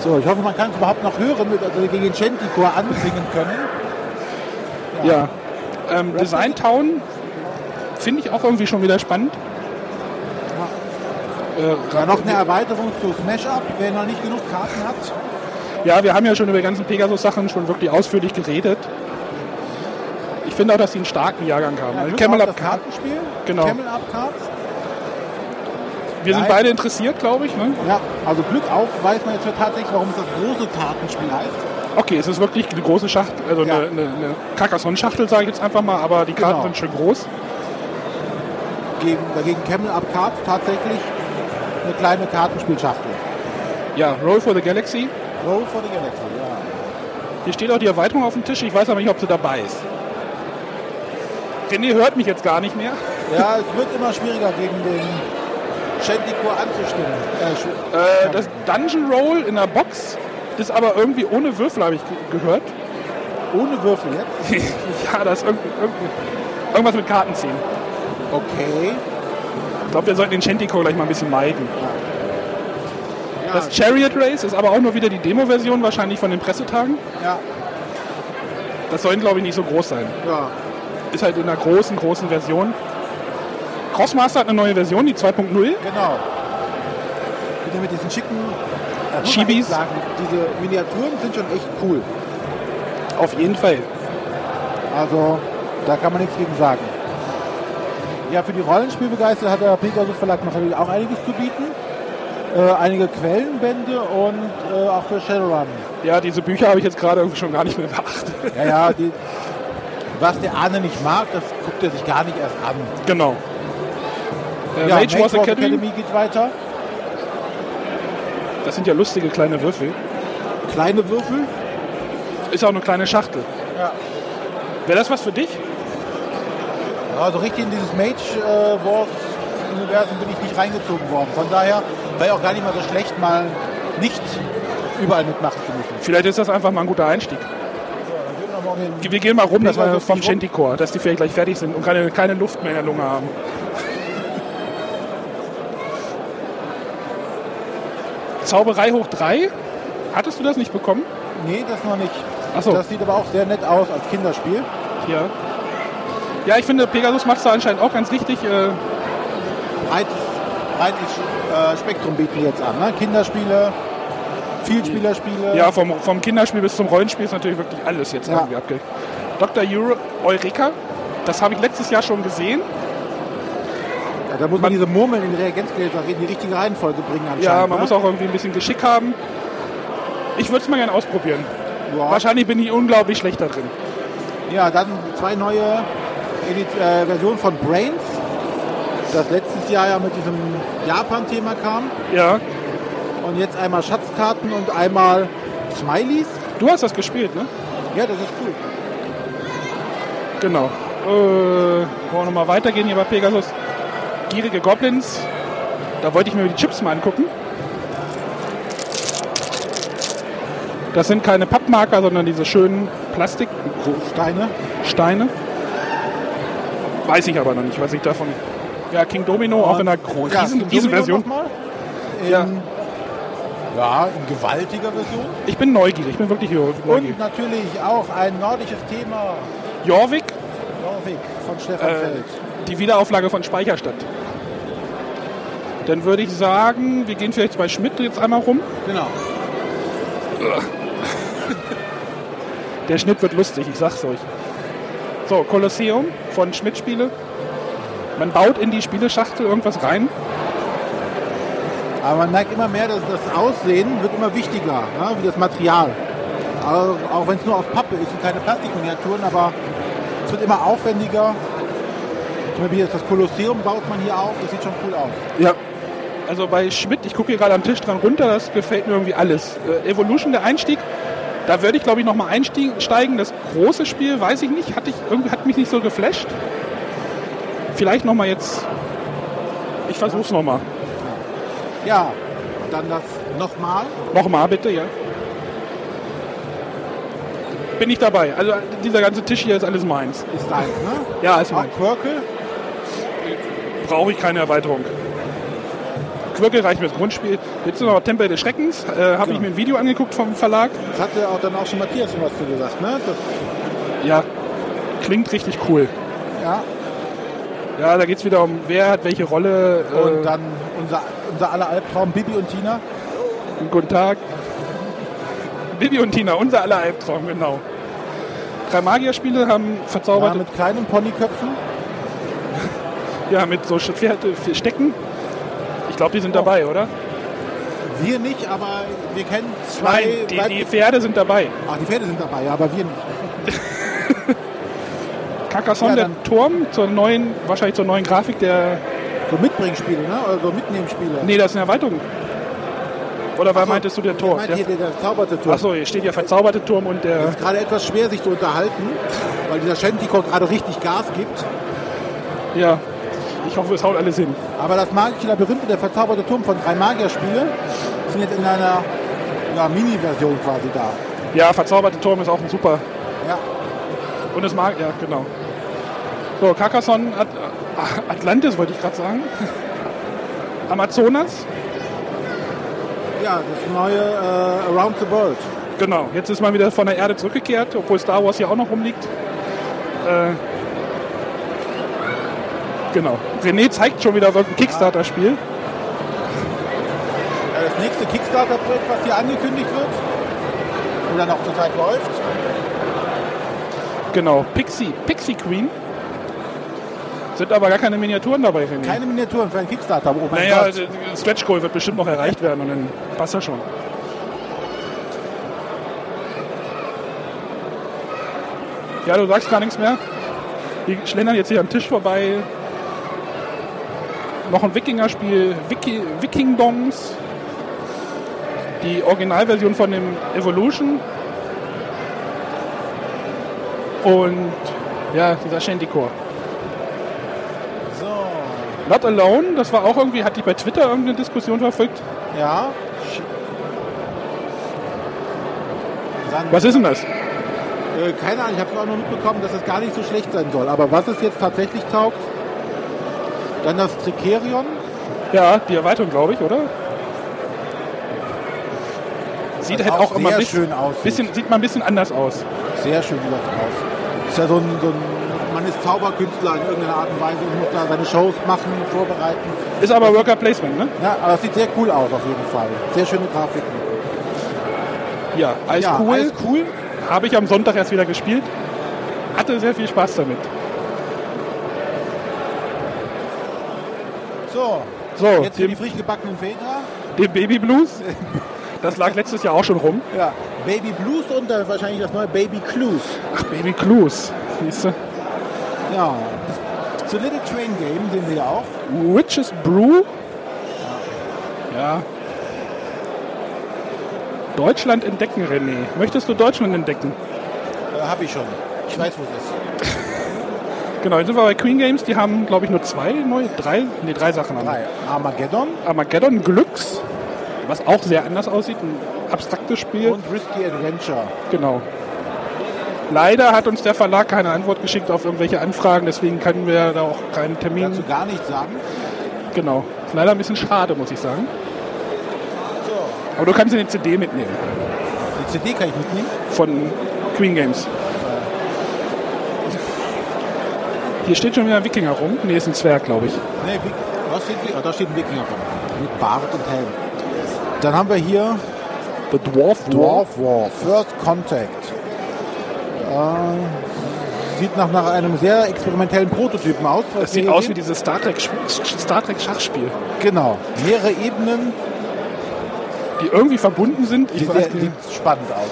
S1: So, ich hoffe, man kann es überhaupt noch hören, mit, also gegen den Shanty-Chor ansingen können.
S2: ja. Ähm, Design Town finde ich auch irgendwie schon wieder spannend. Äh,
S1: Ja, noch eine Erweiterung zu Smash Up, wer noch nicht genug Karten hat.
S2: Ja, wir haben ja schon über die ganzen Pegasus-Sachen schon wirklich ausführlich geredet. Ich finde auch, dass sie einen starken Jahrgang haben.
S1: Ja,
S2: Also
S1: wir
S2: Camel
S1: auch
S2: Up
S1: das Kartenspiel.
S2: Genau.
S1: Camel Up Cards.
S2: Wir sind
S1: Nein.
S2: beide interessiert, glaube ich. Ne?
S1: Ja, also Glück auf, weiß man jetzt für tatsächlich, warum es das große Kartenspiel heißt.
S2: Okay, es ist wirklich eine große Schachtel, also
S1: Ja.
S2: eine, eine, eine Carcassonne-Schachtel, sage ich jetzt einfach mal, aber die Karten
S1: Genau.
S2: sind schön groß.
S1: Gegen, dagegen Camel Up Cards tatsächlich eine kleine Kartenspielschachtel.
S2: Ja, Roll for the Galaxy.
S1: Roll for the Galaxy, ja.
S2: Hier steht auch die Erweiterung auf dem Tisch. Ich weiß aber nicht, ob sie dabei ist. René hört mich jetzt gar nicht mehr.
S1: Ja, es wird immer schwieriger, gegen den Shanty Chor anzustimmen. Äh, sch-
S2: Äh, das Dungeon Roll in der Box ist aber irgendwie ohne Würfel, habe ich ge- gehört.
S1: ohne Würfel jetzt.
S2: ja, das ist irgendwie, irgendwie, irgendwas mit Karten ziehen.
S1: Okay.
S2: Ich glaube, wir sollten den Shantico gleich mal ein bisschen meiden.
S1: Ja,
S2: Das Chariot Race ist aber auch nur wieder die Demo-Version wahrscheinlich von den Pressetagen.
S1: ja,
S2: Das soll, glaube ich, nicht so groß sein.
S1: ja.
S2: Ist halt in einer großen, großen Version. Crossmaster hat eine neue Version, die 2.0.
S1: Genau. Wieder mit diesen schicken äh, muss man
S2: Chibis.
S1: echt Sagen, diese Miniaturen sind schon echt cool.
S2: Auf jeden Fall.
S1: Also da kann man nichts gegen sagen. Ja, für die Rollenspielbegeisterte hat der Pegasus Verlag natürlich auch einiges zu bieten. Äh, einige Quellenbände und äh, auch für Shadowrun.
S2: Ja, diese Bücher habe ich jetzt gerade irgendwie schon gar nicht mehr beachtet.
S1: Ja, ja, die, was der Arne nicht mag, das guckt er sich gar nicht erst an.
S2: Genau. Äh,
S1: ja,
S2: Mage Wars Academy.
S1: geht weiter.
S2: Das sind ja lustige kleine Würfel.
S1: Kleine Würfel.
S2: Ist auch eine kleine Schachtel.
S1: Ja.
S2: Wäre das was für dich?
S1: Also richtig in dieses Mage äh, Wars Universum bin ich nicht reingezogen worden. Von daher wäre auch gar nicht mal so schlecht, mal nicht überall mitmachen zu müssen.
S2: Vielleicht ist das einfach mal ein guter Einstieg.
S1: Dann gehen wir noch mal um den-
S2: Wir gehen mal rum, dass wir
S1: Pegasus
S2: vom
S1: nicht rum.
S2: Shintikor, dass die vielleicht gleich fertig sind und keine, keine Luft mehr in der Lunge haben. Zauberei hoch 3? Hattest du das nicht bekommen?
S1: Nee, das noch nicht.
S2: Ach so.
S1: Das sieht aber auch sehr nett aus als Kinderspiel.
S2: Ja. Ja, ich finde, Pegasus macht es da anscheinend auch ganz richtig. Äh,
S1: Breites, breites äh, Spektrum bieten die jetzt an. Ne? Kinderspiele, Vielspielerspiele.
S2: ja, vom, vom Kinderspiel bis zum Rollenspiel ist natürlich wirklich alles jetzt
S1: Ja.
S2: irgendwie abge. Dr. Euro Eureka, das habe ich letztes Jahr schon gesehen.
S1: Ja, da muss man diese Murmeln in die Reagenzgläser in die richtige Reihenfolge bringen anscheinend.
S2: Ja, man
S1: ne?
S2: muss auch irgendwie ein bisschen Geschick haben. Ich würde es mal gerne ausprobieren.
S1: ja.
S2: Wahrscheinlich bin ich unglaublich schlecht da drin.
S1: Ja, dann zwei neue Edit äh, Versionen von Brains, das letztes Jahr ja mit diesem Japan-Thema kam.
S2: Ja.
S1: Und jetzt einmal Schatzkarten und einmal Smileys.
S2: Du hast das gespielt, ne?
S1: Ja, das ist cool.
S2: Genau. Äh, wollen wir nochmal weitergehen hier bei Pegasus? Gierige Goblins. Da wollte ich mir die Chips mal angucken. Das sind keine Pappmarker, sondern diese schönen Plastiksteine.
S1: Steine.
S2: Weiß ich aber noch nicht, was ich davon. Ja, King Domino auch in einer großen riesen, riesen Version.
S1: Nochmal.
S2: Ja.
S1: In, ja, in gewaltiger Version.
S2: Ich bin neugierig, ich bin wirklich neugierig.
S1: Und natürlich auch ein nordisches Thema.
S2: Jorvik,
S1: Norweg von Stefan
S2: Äh,
S1: Feld.
S2: die Wiederauflage von Speicherstadt. Dann würde ich sagen, wir gehen vielleicht bei Schmidt jetzt einmal rum.
S1: Genau.
S2: Der Schnitt wird lustig, ich sag's euch. So, Kolosseum von Schmidt-Spiele. Man baut in die Spieleschachtel irgendwas rein.
S1: Aber man merkt immer mehr, dass das Aussehen wird immer wichtiger, ne? wie das Material. Auch, auch wenn es nur auf Pappe ist und keine Plastikminiaturen, aber es wird immer aufwendiger. Zum Beispiel jetzt das Kolosseum baut man hier auf, das sieht schon cool aus.
S2: Ja. Also bei Schmidt, ich gucke hier gerade am Tisch dran runter, das gefällt mir irgendwie alles. Äh, Evolution, der Einstieg, da würde ich glaube ich nochmal einsteigen. Das große Spiel, weiß ich nicht, hat, ich, irgendwie, hat mich nicht so geflasht. Vielleicht nochmal jetzt. Ich versuch's nochmal.
S1: Ja, dann das nochmal.
S2: Nochmal bitte, ja. Bin ich dabei. Also dieser ganze Tisch hier ist alles meins.
S1: Ist eins, ne?
S2: Ja, ist
S1: Auch
S2: meins.
S1: Quirkel.
S2: Brauche ich keine Erweiterung. Quirkel reicht mir das Grundspiel. Jetzt noch Tempel des Schreckens. Äh, Habe ich mir ein Video angeguckt vom Verlag.
S1: Das hat ja auch dann auch schon Matthias schon was zu gesagt, ne? Das,
S2: Ja, klingt richtig cool.
S1: ja.
S2: Ja, da geht es wieder um, wer hat welche Rolle.
S1: Und
S2: äh,
S1: dann unser, unser aller Albtraum, Bibi und Tina.
S2: Guten Tag. Bibi und Tina, unser aller Albtraum, genau. Drei Magierspiele haben
S1: Ja,
S2: verzauberte,
S1: mit kleinen Ponyköpfen.
S2: ja, mit so Sch- Pferde- Stecken. Ich glaube, die
S1: Oh.
S2: sind dabei, oder?
S1: Wir nicht, aber wir kennen zwei.
S2: Nein, die, die
S1: weibliche-
S2: Pferde sind dabei.
S1: Ach, die Pferde sind dabei, ja, aber wir nicht.
S2: Carcassonne,
S1: Ja,
S2: der Turm, zur neuen, wahrscheinlich zur neuen Grafik der.
S1: So Mitbringspiele, ne? Oder so Mitnehmspiele.
S2: Nee, das ist eine Erweiterung. Oder war
S1: Ach so,
S2: meintest du der Tor?
S1: Ich
S2: Der-
S1: meinte hier der, der verzauberte Turm.
S2: Achso, hier steht ja verzauberte Turm und der.
S1: Es ist gerade etwas schwer, sich zu unterhalten, weil dieser Shantico gerade richtig Gas gibt.
S2: Ja. Ich hoffe, es haut alles hin.
S1: Aber das magische Labyrinth und der verzauberte Turm von drei Magierspiele sind jetzt in einer ja, Mini-Version quasi da.
S2: Ja, verzauberte Turm ist auch ein super
S1: Ja.
S2: Und es mag, ja, genau. So, Carcassonne, At Ach, Atlantis wollte ich gerade sagen. Amazonas,
S1: ja, das neue äh, Around the World.
S2: genau. Jetzt ist man wieder von der Erde zurückgekehrt, obwohl Star Wars hier auch noch rumliegt. Äh, genau. René zeigt schon wieder so ein Kickstarter-Spiel.
S1: Ja, das nächste Kickstarter-Projekt, was hier angekündigt wird oder noch zurzeit läuft.
S2: Genau. Pixie, Pixie Queen. Sind aber gar keine Miniaturen dabei, René.
S1: Keine Miniaturen für einen Kickstarter. Oh mein
S2: naja,
S1: Gott.
S2: äh, Stretch Goal wird bestimmt noch erreicht werden und dann passt das schon. Ja, du sagst gar nichts mehr. Die schlendern jetzt hier am Tisch vorbei. Noch ein Wikinger-Spiel, Wiki, Wiking-Dongs. Die Originalversion von dem Evolution. Und ja, dieser Shandy-Core. Not Alone, das war auch irgendwie, hat die bei Twitter irgendeine Diskussion verfolgt.
S1: Ja.
S2: also-
S1: Dann,
S2: Was ist denn das?
S1: Äh, keine Ahnung, ich habe auch nur mitbekommen, dass es gar nicht so schlecht sein soll. Aber was es jetzt tatsächlich taugt, dann das Tricerion.
S2: Ja, die Erweiterung, glaube ich, oder? Sieht
S1: Was
S2: halt auch,
S1: auch
S2: immer ein
S1: sehr
S2: bisschen,
S1: schön aussieht.
S2: bisschen, sieht mal ein bisschen anders aus.
S1: Sehr schön sieht das aus. Ist ja so ein, so ein, man ist Zauberkünstler in irgendeiner Art und Weise und muss da seine Shows machen, vorbereiten.
S2: Ist aber Worker Placement, ne?
S1: Ja, aber es sieht sehr cool aus auf jeden Fall. Sehr schöne Grafiken.
S2: Ja, alles
S1: ja,
S2: cool.
S1: alles cool.
S2: Habe ich am Sonntag erst wieder gespielt. Hatte sehr viel Spaß damit.
S1: So,
S2: So,
S1: jetzt für die
S2: dem,
S1: frisch gebackenen Väter.
S2: dem Baby Blues. Das lag letztes Jahr auch schon rum.
S1: Ja, Baby Blues und dann wahrscheinlich das neue Baby Clues.
S2: Ach, Baby Blues. Siehst du?
S1: Ja, zu Little Train Game sehen wir ja auch.
S2: Witches Brew. Ja. Deutschland entdecken, René. Möchtest du Deutschland entdecken?
S1: Äh, Habe ich schon. Ich weiß, wo es ist.
S2: Genau, jetzt sind wir bei Queen Games. Die haben, glaube ich, nur zwei neue, drei, nee, drei Sachen. Haben.
S1: Drei. Armageddon
S2: Armageddon Glücks, was auch sehr anders aussieht, ein abstraktes Spiel.
S1: und Risky Adventure.
S2: Genau. Leider hat uns der Verlag keine Antwort geschickt auf irgendwelche Anfragen, deswegen können wir da auch keinen Termin.
S1: Dazu gar nichts sagen.
S2: Genau. Ist leider ein bisschen schade, muss ich sagen. Aber du kannst dir eine CD mitnehmen
S1: Die CD kann ich mitnehmen.
S2: von Queen Games. Hier steht schon wieder ein Wikinger rum. Nee, ist ein Zwerg, glaube ich.
S1: Nee, Wik- da steht, Wik- ah, da steht ein Wikinger rum. Mit Bart und Helm. Dann haben wir hier
S2: The Dwarf
S1: Dwarf War, First Contact. Äh, sieht nach, nach einem sehr experimentellen Prototypen aus.
S2: Das
S1: was wir
S2: sieht
S1: hier
S2: aus wie
S1: sehen.
S2: dieses Star Trek, Star Trek Schachspiel,
S1: Genau. Mehrere Ebenen.
S2: die irgendwie verbunden sind. Ich
S1: Sieht,
S2: weiß
S1: sehr,
S2: nicht.
S1: sieht spannend aus.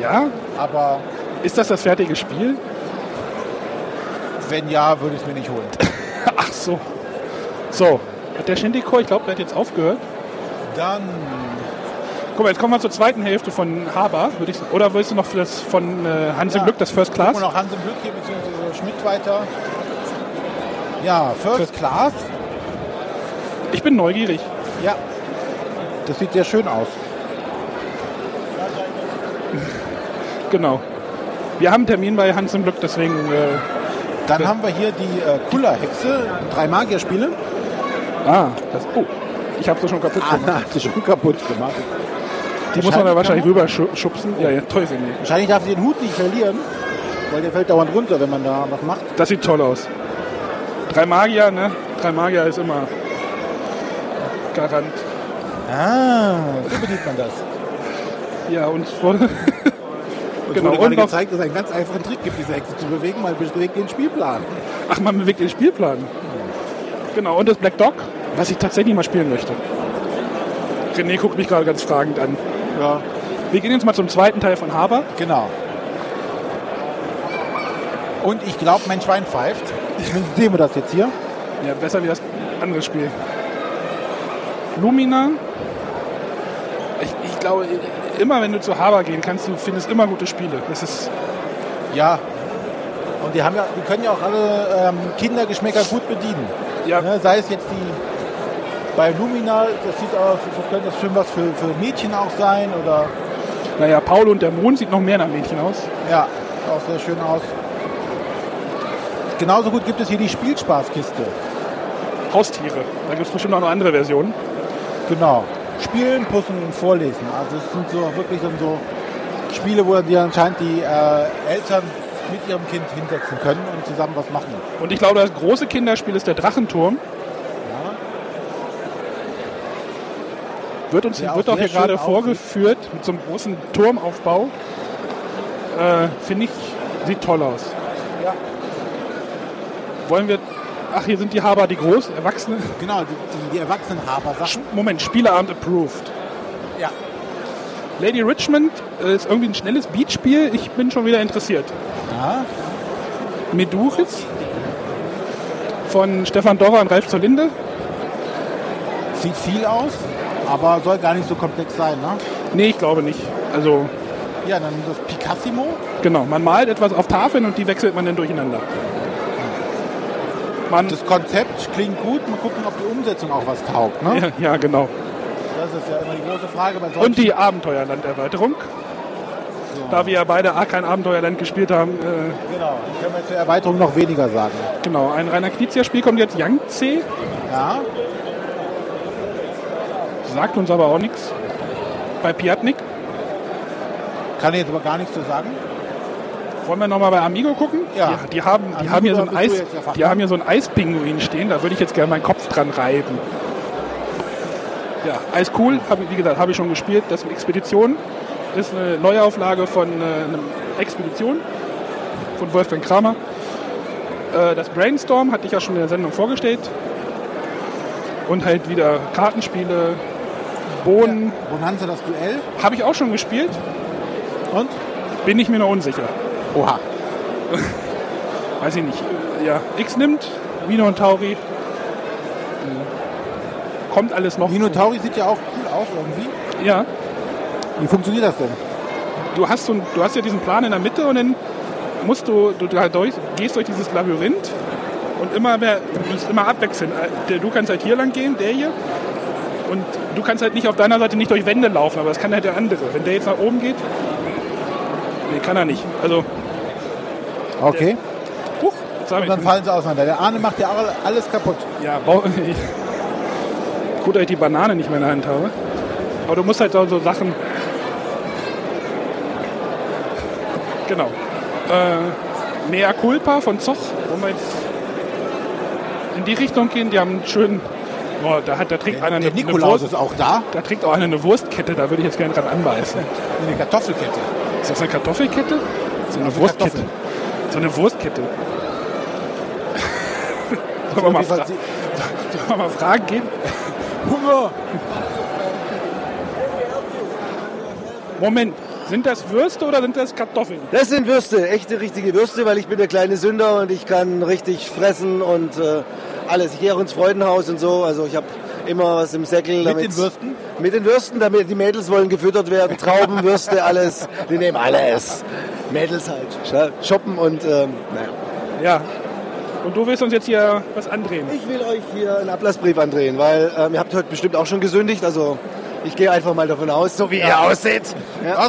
S2: Ja,
S1: Aber
S2: ist das das fertige Spiel?
S1: wenn ja, würde ich es mir nicht holen.
S2: Ach so. So, Hat der Shindy-Chor, ich glaube, der hat jetzt aufgehört.
S5: Dann
S2: Guck mal, jetzt kommen wir zur zweiten Hälfte von Haber. Würde ich, oder willst du noch für das von äh, Hans im
S1: Ja.
S2: Glück, das First
S1: Gucken
S2: Class?
S1: wir noch Hans im Glück hier, beziehungsweise Schmidt weiter. Ja, First, Class.
S2: Ich bin neugierig.
S1: Ja. Das sieht sehr schön aus.
S2: Genau. Wir haben einen Termin bei Hans im Glück, deswegen. Äh,
S1: Dann haben wir hier die äh, Cooler-Hexe. Drei Magierspiele.
S2: ah, das. Oh, ich habe sie schon kaputt gemacht.
S1: Ah, hat sie schon kaputt gemacht.
S2: Die muss man da wahrscheinlich rüberschubsen. Ja, ja, toll sind die.
S1: Wahrscheinlich darf sie den Hut nicht verlieren, weil der fällt dauernd runter, wenn man da was macht.
S2: Das sieht toll aus. Drei Magier, ne? Drei Magier ist immer Garant.
S1: Ah, so bedient man das.
S2: Ja, und voll.
S1: Uns
S2: Genau,
S1: genau, wurde
S2: und
S1: gerade
S2: noch-
S1: gezeigt, dass es einen ganz einfachen Trick gibt, diese Hexe zu bewegen. Man bewegt den Spielplan.
S2: Ach, man bewegt den Spielplan. Genau, und das Black Dog, was ich tatsächlich mal spielen möchte. René guckt mich gerade ganz fragend an.
S1: Ja,
S2: Wir gehen jetzt mal zum zweiten Teil von Haber.
S1: genau. Und ich glaube, mein Schwein pfeift. Zumindest sehen wir das jetzt hier.
S2: Ja, besser wie das andere Spiel. Lumina. Ich, ich glaube, immer wenn du zu Haber gehen kannst, du findest immer gute Spiele. Das ist,
S1: Ja. Und die, haben ja, die können ja auch alle ähm, Kindergeschmäcker gut bedienen.
S2: ja,
S1: Ne, sei es jetzt die bei Luminal, das sieht aus, so könnte das schön was für, für Mädchen auch sein oder
S2: naja, Paul und der Mond sieht noch mehr nach Mädchen aus.
S1: ja, sieht auch sehr schön aus. Genauso gut gibt es hier die Spielspaßkiste.
S2: Haustiere. Da gibt es bestimmt auch noch andere Versionen.
S1: Genau. Spielen, pussen und vorlesen. Also es sind so wirklich dann so Spiele, wo die anscheinend die äh, Eltern mit ihrem Kind hinsetzen können und zusammen was machen.
S2: Und ich glaube, das große Kinderspiel ist der Drachenturm. Wird uns
S1: Der
S2: wird
S1: auch
S2: auch hier
S1: sehr
S2: gerade
S1: schön
S2: vorgeführt mit so einem großen Turmaufbau. Äh, Finde ich, sieht toll aus.
S1: Ja.
S2: Wollen wir. Ach, hier sind die Haber, die groß, Erwachsene.
S1: Genau, die, die, die Erwachsenenhaber-Sachen.
S2: Moment, Spieleabend approved.
S1: Ja.
S2: Lady Richmond äh, ist irgendwie ein schnelles Beatspiel. Ich bin schon wieder interessiert.
S1: Ja.
S2: Meduris von Stefan Dorrer und Ralf zur Linde.
S1: Sieht viel aus, aber soll gar nicht so komplex sein. Ne?
S2: Nee, ich glaube nicht. Also,
S1: Ja, dann das Picassimo.
S2: genau, man malt etwas auf Tafeln und die wechselt man dann durcheinander. Man,
S1: Das Konzept klingt gut, mal gucken, ob die Umsetzung auch was taugt. Ne?
S2: ja, ja, genau.
S1: Das ist ja immer die große Frage bei solchen
S2: Und die Abenteuerland-Erweiterung. Da wir ja beide A kein Abenteuerland gespielt haben, äh,
S1: Genau, ich kann mir zur Erweiterung noch weniger sagen.
S2: genau, ein reiner Knizia-Spiel kommt jetzt, Yangtze,
S1: Ja,
S2: sagt uns aber auch nichts. Bei Piatnik.
S1: kann ich jetzt aber gar nichts zu sagen.
S2: Wollen wir nochmal bei Amigo gucken?
S1: Ja.
S2: Die, die, haben, die,
S1: Amigo,
S2: haben, hier so ein
S1: da bist du
S2: Eis,
S1: jetzt der Fachmann.
S2: die haben hier so einen Eispinguin stehen, da würde ich jetzt gerne meinen Kopf dran reiben. Ja, Eis cool, hab, ich- wie gesagt, habe ich schon gespielt. Das Expedition ist eine Neuauflage von äh, einem Expedition von Wolfgang Kramer. Äh, das Brainstorm hatte ich ja schon in der Sendung vorgestellt. Und halt wieder Kartenspiele, Bohnen,
S1: Bonanza das Duell.
S2: habe ich auch schon gespielt,
S1: Und?
S2: bin ich mir noch unsicher.
S1: Oha.
S2: weiß ich nicht, äh, ja, X nimmt, Mino und Tauri. Äh, Kommt alles noch.
S1: Minotauri sieht ja auch cool aus irgendwie.
S2: Ja,
S1: Wie funktioniert das denn?
S2: du hast, so, ein- du hast ja diesen Plan in der Mitte und dann musst du, du da durch, gehst durch dieses Labyrinth und immer mehr, du musst immer abwechseln. Äh, der- Du kannst halt hier lang gehen, der hier. Und du kannst halt nicht auf deiner Seite nicht durch Wände laufen, aber das kann halt der andere. Wenn der jetzt nach oben geht, nee, kann er nicht. Also,
S1: Okay.
S2: huch, jetzt hab
S1: Und
S2: ich
S1: dann
S2: ihn.
S1: fallen sie auseinander. Der Arne macht ja alle- alles kaputt.
S2: Ja, bau- gut, dass ich die Banane nicht mehr in der Hand habe. Aber du musst halt so, so Sachen. Genau. Äh, Mea Culpa von Zoch, wo wir jetzt in die Richtung gehen. Die haben einen schönen. Boah, da, hat, da trägt einer
S1: Der
S2: eine, eine
S1: Nikolaus
S2: Wurst.
S1: ist auch da.
S2: Da trägt auch einer eine Wurstkette, da würde ich jetzt gerne dran anbeißen.
S1: Eine Kartoffelkette.
S2: Ist das eine Kartoffelkette? So eine
S1: Eine
S2: Wurstkette.
S1: Kartoffel.
S2: So eine Wurstkette. Sollen wir mal, fra
S1: Jedenfalls die-
S2: sollen wir mal fragen gehen?
S1: Hunger!
S2: Moment, sind das Würste oder sind das Kartoffeln?
S8: Das sind Würste, echte, richtige Würste, weil ich bin der kleine Sünder und ich kann richtig fressen und äh, alles. Ich gehe auch ins Freudenhaus und so. Also ich habe immer was im Säckel.
S1: Mit den
S8: damit's-
S1: Würsten?
S8: Mit den Würsten, damit die Mädels wollen gefüttert werden. Trauben, Würste, alles. Die nehmen alles. Mädels halt. Sch- Shoppen und ähm, naja.
S2: Ja. Und du willst uns jetzt hier was andrehen.
S8: Ich will euch hier einen Ablassbrief andrehen, weil ähm, ihr habt heute bestimmt auch schon gesündigt. Also ich gehe einfach mal davon aus, so wie ihr ausseht. Ja.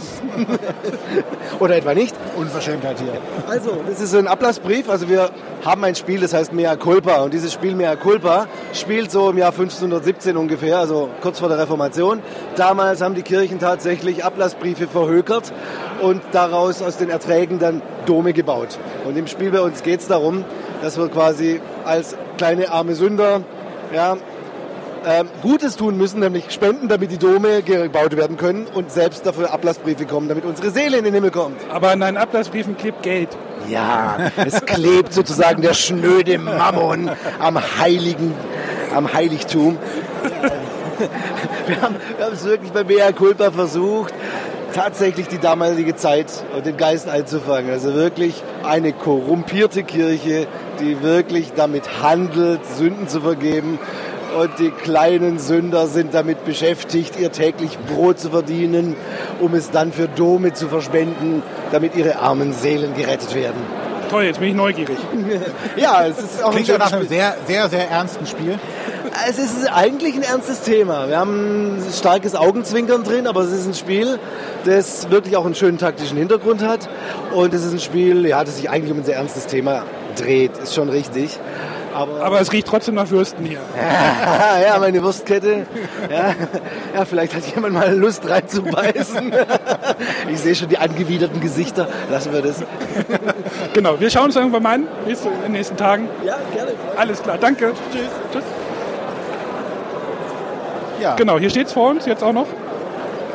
S8: Oder etwa nicht.
S4: Unverschämtheit hier.
S8: Also, das ist so ein Ablassbrief. Also wir haben ein Spiel, das heißt Mea Culpa. Und dieses Spiel Mea Culpa spielt so im Jahr 1517 ungefähr, also kurz vor der Reformation. Damals haben die Kirchen tatsächlich Ablassbriefe verhökert und daraus aus den Erträgen dann Dome gebaut. Und im Spiel bei uns geht es darum, dass wir quasi als kleine arme Sünder ja, ähm, Gutes tun müssen, nämlich spenden, damit die Dome gebaut werden können und selbst dafür Ablassbriefe kommen, damit unsere Seele in den Himmel kommt.
S2: Aber an deinen Ablassbriefen klebt Geld.
S8: Ja, es klebt sozusagen der schnöde Mammon am heiligen, am Heiligtum. Wir haben, wir haben es wirklich bei Mea Culpa versucht, tatsächlich die damalige Zeit und den Geist einzufangen. Also wirklich eine korrumpierte Kirche, die wirklich damit handelt, Sünden zu vergeben. Und die kleinen Sünder sind damit beschäftigt, ihr täglich Brot zu verdienen, um es dann für Dome zu verspenden, damit ihre armen Seelen gerettet werden.
S2: Toll, jetzt bin ich neugierig.
S8: Ja, es ist auch
S1: Klingt ja
S8: ein
S1: nach
S8: schönes
S1: einem
S8: Spiel.
S1: sehr, sehr, sehr ernsten Spiel.
S8: Es ist eigentlich ein ernstes Thema. Wir haben ein starkes Augenzwinkern drin, aber es ist ein Spiel, das wirklich auch einen schönen taktischen Hintergrund hat. Und es ist ein Spiel, ja, das sich eigentlich um ein sehr ernstes Thema dreht. Ist schon richtig. Aber,
S2: Aber es riecht trotzdem nach Würsten hier.
S8: ja, meine Wurstkette. Ja, ja, vielleicht hat jemand mal Lust reinzubeißen. Ich sehe schon die angewiderten Gesichter. Lassen wir das.
S2: Genau, wir schauen uns irgendwann mal an. nächste- In den nächsten Tagen.
S8: Ja, gerne.
S2: Alles klar, danke. Tschüss. Tschüss.
S1: Ja.
S2: Genau, hier steht es vor uns jetzt auch noch.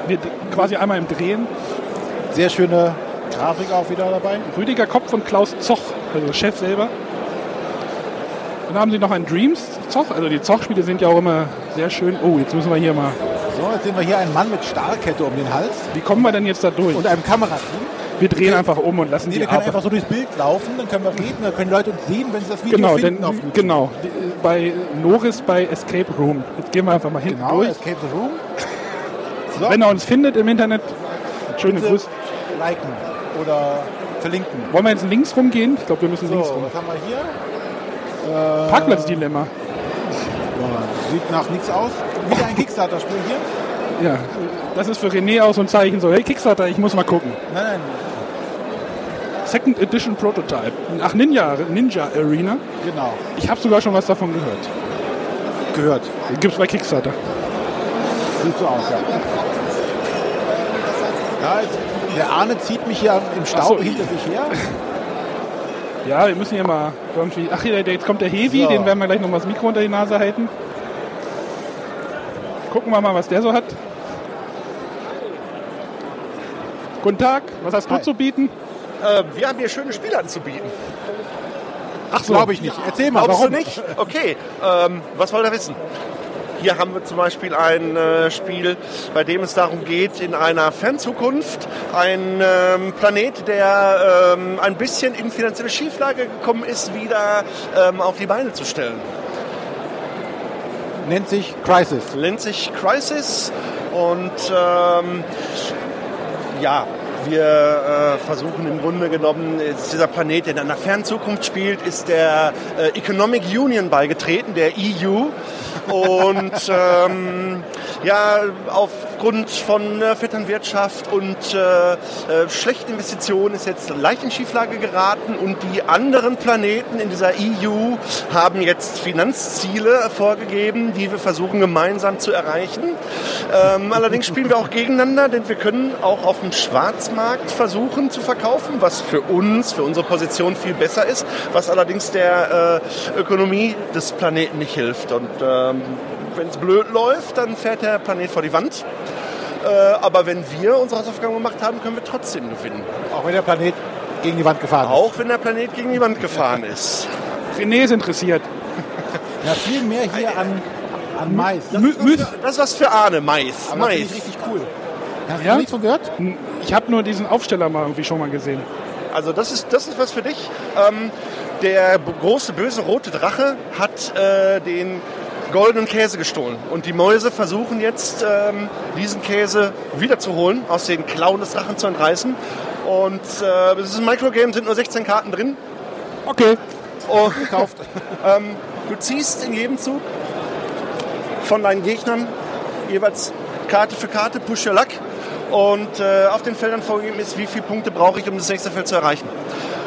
S2: Wir d- quasi einmal im Drehen.
S1: Sehr schöne Grafik auch wieder dabei.
S2: Rüdiger Kopf und Klaus Zoch, also Chef selber. Dann haben sie noch ein Dreams Zoch. Also die Zoch-Spiele sind ja auch immer sehr schön. Oh, jetzt müssen wir hier mal.
S1: So, jetzt sehen wir hier einen Mann mit Stahlkette um den Hals
S2: Wie kommen wir denn jetzt da durch?
S1: und einem Kamerateam.
S2: Wir drehen einfach um und lassen
S1: Nee,
S2: die
S1: wir können
S2: Arbeit.
S1: einfach so durchs Bild laufen, dann können wir reden, dann können Leute uns sehen, wenn sie das Video
S2: Genau,
S1: finden
S2: denn,
S1: auf YouTube.
S2: genau. Die- Bei Noris bei Escape Room. Jetzt gehen wir einfach mal hinten
S1: Genau,
S2: durch.
S1: Escape the Room.
S2: Wenn er uns findet im Internet, schöne Grüße.
S1: Liken oder verlinken.
S2: Wollen wir jetzt links rumgehen? Ich glaube, wir müssen
S1: So, äh,
S2: links rum.
S1: was haben wir hier?
S2: Parkplatzdilemma.
S1: Ja, sieht nach nichts aus. Wieder ein Kickstarter-Spiel hier.
S2: Ja, das ist für René auch so ein Zeichen. So, hey Kickstarter, ich muss mal gucken.
S1: Nein, nein.
S2: Second Edition Prototype. Ach, Ninja, Ninja Arena.
S1: Genau.
S2: Ich habe sogar schon was davon gehört.
S1: Gehört.
S2: Gibt's bei Kickstarter.
S1: Sieht so aus, ja. ja jetzt, der Arne zieht mich hier im Staub
S2: Ach so.
S1: hinter sich her.
S2: Ja, wir müssen hier mal irgendwie. Ach, hier, jetzt kommt der Hevi,
S1: So.
S2: den werden wir gleich nochmal das Mikro unter die Nase halten. Gucken wir mal, was der so hat. Guten Tag, was hast du
S1: Hi.
S2: zu bieten?
S5: Äh, wir haben hier schöne Spiele anzubieten.
S1: Ach, glaube ich nicht. Erzähl mal,
S5: Glaubst
S1: warum?
S5: du nicht? Okay, ähm, was wollt ihr wissen? Hier haben wir zum Beispiel ein äh, Spiel, bei dem es darum geht, in einer Fernzukunft ein ähm, Planet, der ähm, ein bisschen in finanzielle Schieflage gekommen ist, wieder ähm, auf die Beine zu stellen.
S1: Nennt sich Crisis.
S5: nennt sich Crisis und ähm, ja, wir äh, versuchen im Grunde genommen, ist dieser Planet, der in einer fernen Zukunft spielt, ist der äh, Economic Union beigetreten, der EU. Und ähm, ja, aufgrund von äh, Vetternwirtschaft und äh, äh, schlechten Investitionen ist jetzt leicht in Schieflage geraten und die anderen Planeten in dieser EU haben jetzt Finanzziele vorgegeben, die wir versuchen gemeinsam zu erreichen. Ähm, allerdings spielen wir auch gegeneinander, denn wir können auch auf dem Schwarzmarkt versuchen zu verkaufen, was für uns, für unsere Position viel besser ist, was allerdings der äh, Ökonomie des Planeten nicht hilft. Und ähm, wenn es blöd läuft, dann fährt der Planet vor die Wand. Äh, aber wenn wir unsere Hausaufgaben gemacht haben, können wir trotzdem gewinnen.
S1: Auch wenn der Planet gegen die Wand gefahren ist.
S5: Auch wenn der Planet gegen die Wand gefahren ist.
S2: René ist interessiert.
S1: Ja, viel mehr hier an, an Mais.
S2: Mü Müs
S5: Das ist was für Arne, Mais.
S1: Aber das finde ich
S5: Mais.
S1: richtig cool. Hast du
S2: Ja?
S1: nichts von gehört?
S2: ich habe nur diesen Aufsteller mal irgendwie schon mal gesehen.
S5: Also das ist, das ist was für dich. Ähm, der b- große böse rote Drache hat äh, den goldenen Käse gestohlen. Und die Mäuse versuchen jetzt, ähm, diesen Käse wiederzuholen, aus den Klauen des Drachen zu entreißen. Und äh, es ist ein Microgame, sind nur 16 Karten drin.
S2: Okay.
S5: Oh, gekauft. ähm, du ziehst in jedem Zug von deinen Gegnern jeweils Karte für Karte, Push Your Luck. Und äh, auf den Feldern vorgegeben ist, wie viele Punkte brauche ich, um das nächste Feld zu erreichen.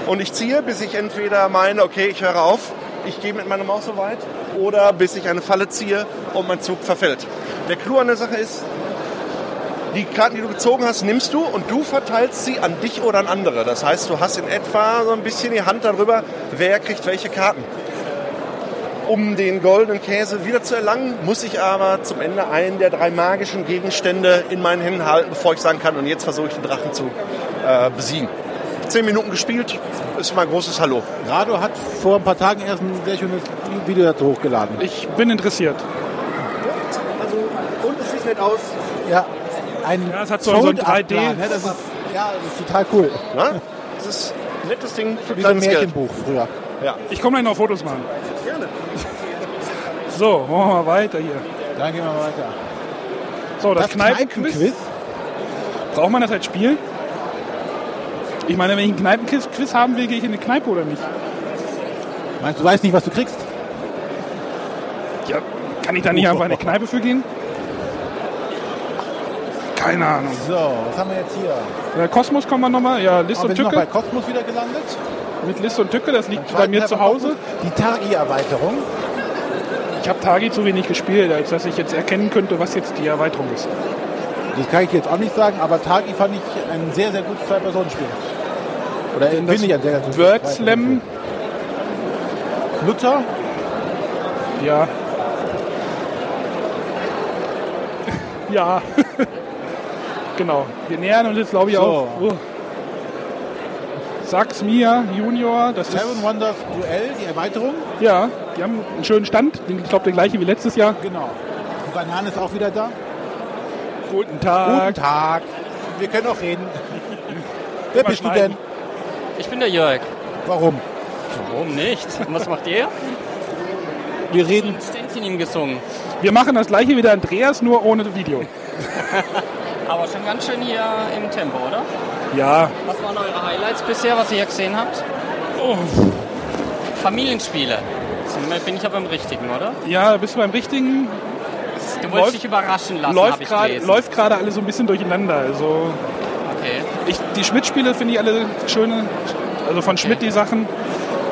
S5: Und ich ziehe, bis ich entweder meine, okay, ich höre auf, ich gehe mit meiner Maus so weit, oder bis ich eine Falle ziehe und mein Zug verfällt. Der Clou an der Sache ist, die Karten, die du gezogen hast, nimmst du und du verteilst sie an dich oder an andere. Das heißt, du hast in etwa so ein bisschen die Hand darüber, wer kriegt welche Karten. Um den goldenen Käse wieder zu erlangen, muss ich aber zum Ende einen der drei magischen Gegenstände in meinen Händen halten, bevor ich sagen kann, und jetzt versuche ich den Drachen zu äh, besiegen. Zehn Minuten gespielt, ist mal ein großes Hallo.
S1: Rado hat vor ein paar Tagen erst ein sehr schönes Video dazu hochgeladen.
S2: Ich bin interessiert.
S5: Also, und es sieht nett aus.
S1: Ja, ein
S2: Ja, es hat so- so ein
S1: Fold-Up-Plan,
S2: 3D
S1: ne? Das ist, ja, das ist total cool.
S5: Ne? Es ist ein nettes Ding für
S1: Wie so ein
S5: kleines Geld.
S1: Märchenbuch früher.
S2: Ich komme gleich noch Fotos machen. Gerne. So, machen wir mal weiter hier.
S1: Dann gehen wir mal weiter.
S2: So, das,
S1: Das
S2: Kneipenquiz.
S1: Kneipenquiz.
S2: Braucht man das als Spiel? Ich meine, wenn ich einen Kneipenquiz haben will, gehe ich in eine Kneipe oder nicht?
S1: Meinst du, weißt nicht, was du kriegst?
S2: Ja, kann ich da
S1: Oh.
S2: nicht einfach in eine Kneipe für gehen? Keine Ahnung.
S1: So, was haben wir jetzt hier?
S2: Äh, Kosmos kommen wir nochmal. Ja, List
S1: Aber wir
S2: und
S1: sind noch bei
S2: Tücke.
S1: Cosmos wieder gelandet.
S2: Mit List und Tücke, das liegt bei mir zu Hause.
S1: Die Tagi-Erweiterung.
S2: Ich habe Tagi zu wenig gespielt, als dass ich jetzt erkennen könnte, was jetzt die Erweiterung ist.
S1: Das kann ich jetzt auch nicht sagen, aber Tagi fand ich ein sehr, sehr gutes Zwei-Personen-Spiel. Oder finde Also, ich ein sehr, sehr gutes
S2: Word Slam,
S1: Zwei-Personen-Spiel. Luther.
S2: ja. ja. genau. Wir nähern uns jetzt, glaube ich,
S1: So.
S2: auch. Uh. Sag's mir, Junior, das ist.
S1: Seven Wonders Duell, die Erweiterung.
S2: Ja, die haben einen schönen Stand. Den- Ich glaube, der gleiche wie letztes Jahr.
S1: Genau. Die Banane ist auch wieder da.
S2: Guten Tag.
S1: Guten Tag. Wir können auch reden. Wer bist du denn?
S2: schneiden.
S9: Ich bin der Jörg.
S1: Warum?
S9: Warum nicht? Und was macht ihr?
S1: Wir reden.
S9: Ständchen ihm gesungen.
S2: Wir machen das gleiche wie der Andreas, nur ohne Video.
S9: Aber schon ganz schön hier im Tempo, oder?
S2: Ja,
S9: Was waren eure Highlights bisher, was ihr hier gesehen habt? Familienspiele. Jetzt Bin ich aber im richtigen, oder?
S2: ja, da bist du beim richtigen.
S9: Du
S2: Läuft-
S9: wolltest dich überraschen lassen,
S2: Läuft
S9: habe ich
S2: gerade-
S9: gelesen.
S2: Läuft gerade alles so ein bisschen durcheinander. Also
S9: Okay.
S2: ich, die Schmidt-Spiele finde ich alle schöne. Also von Schmidt die Sachen.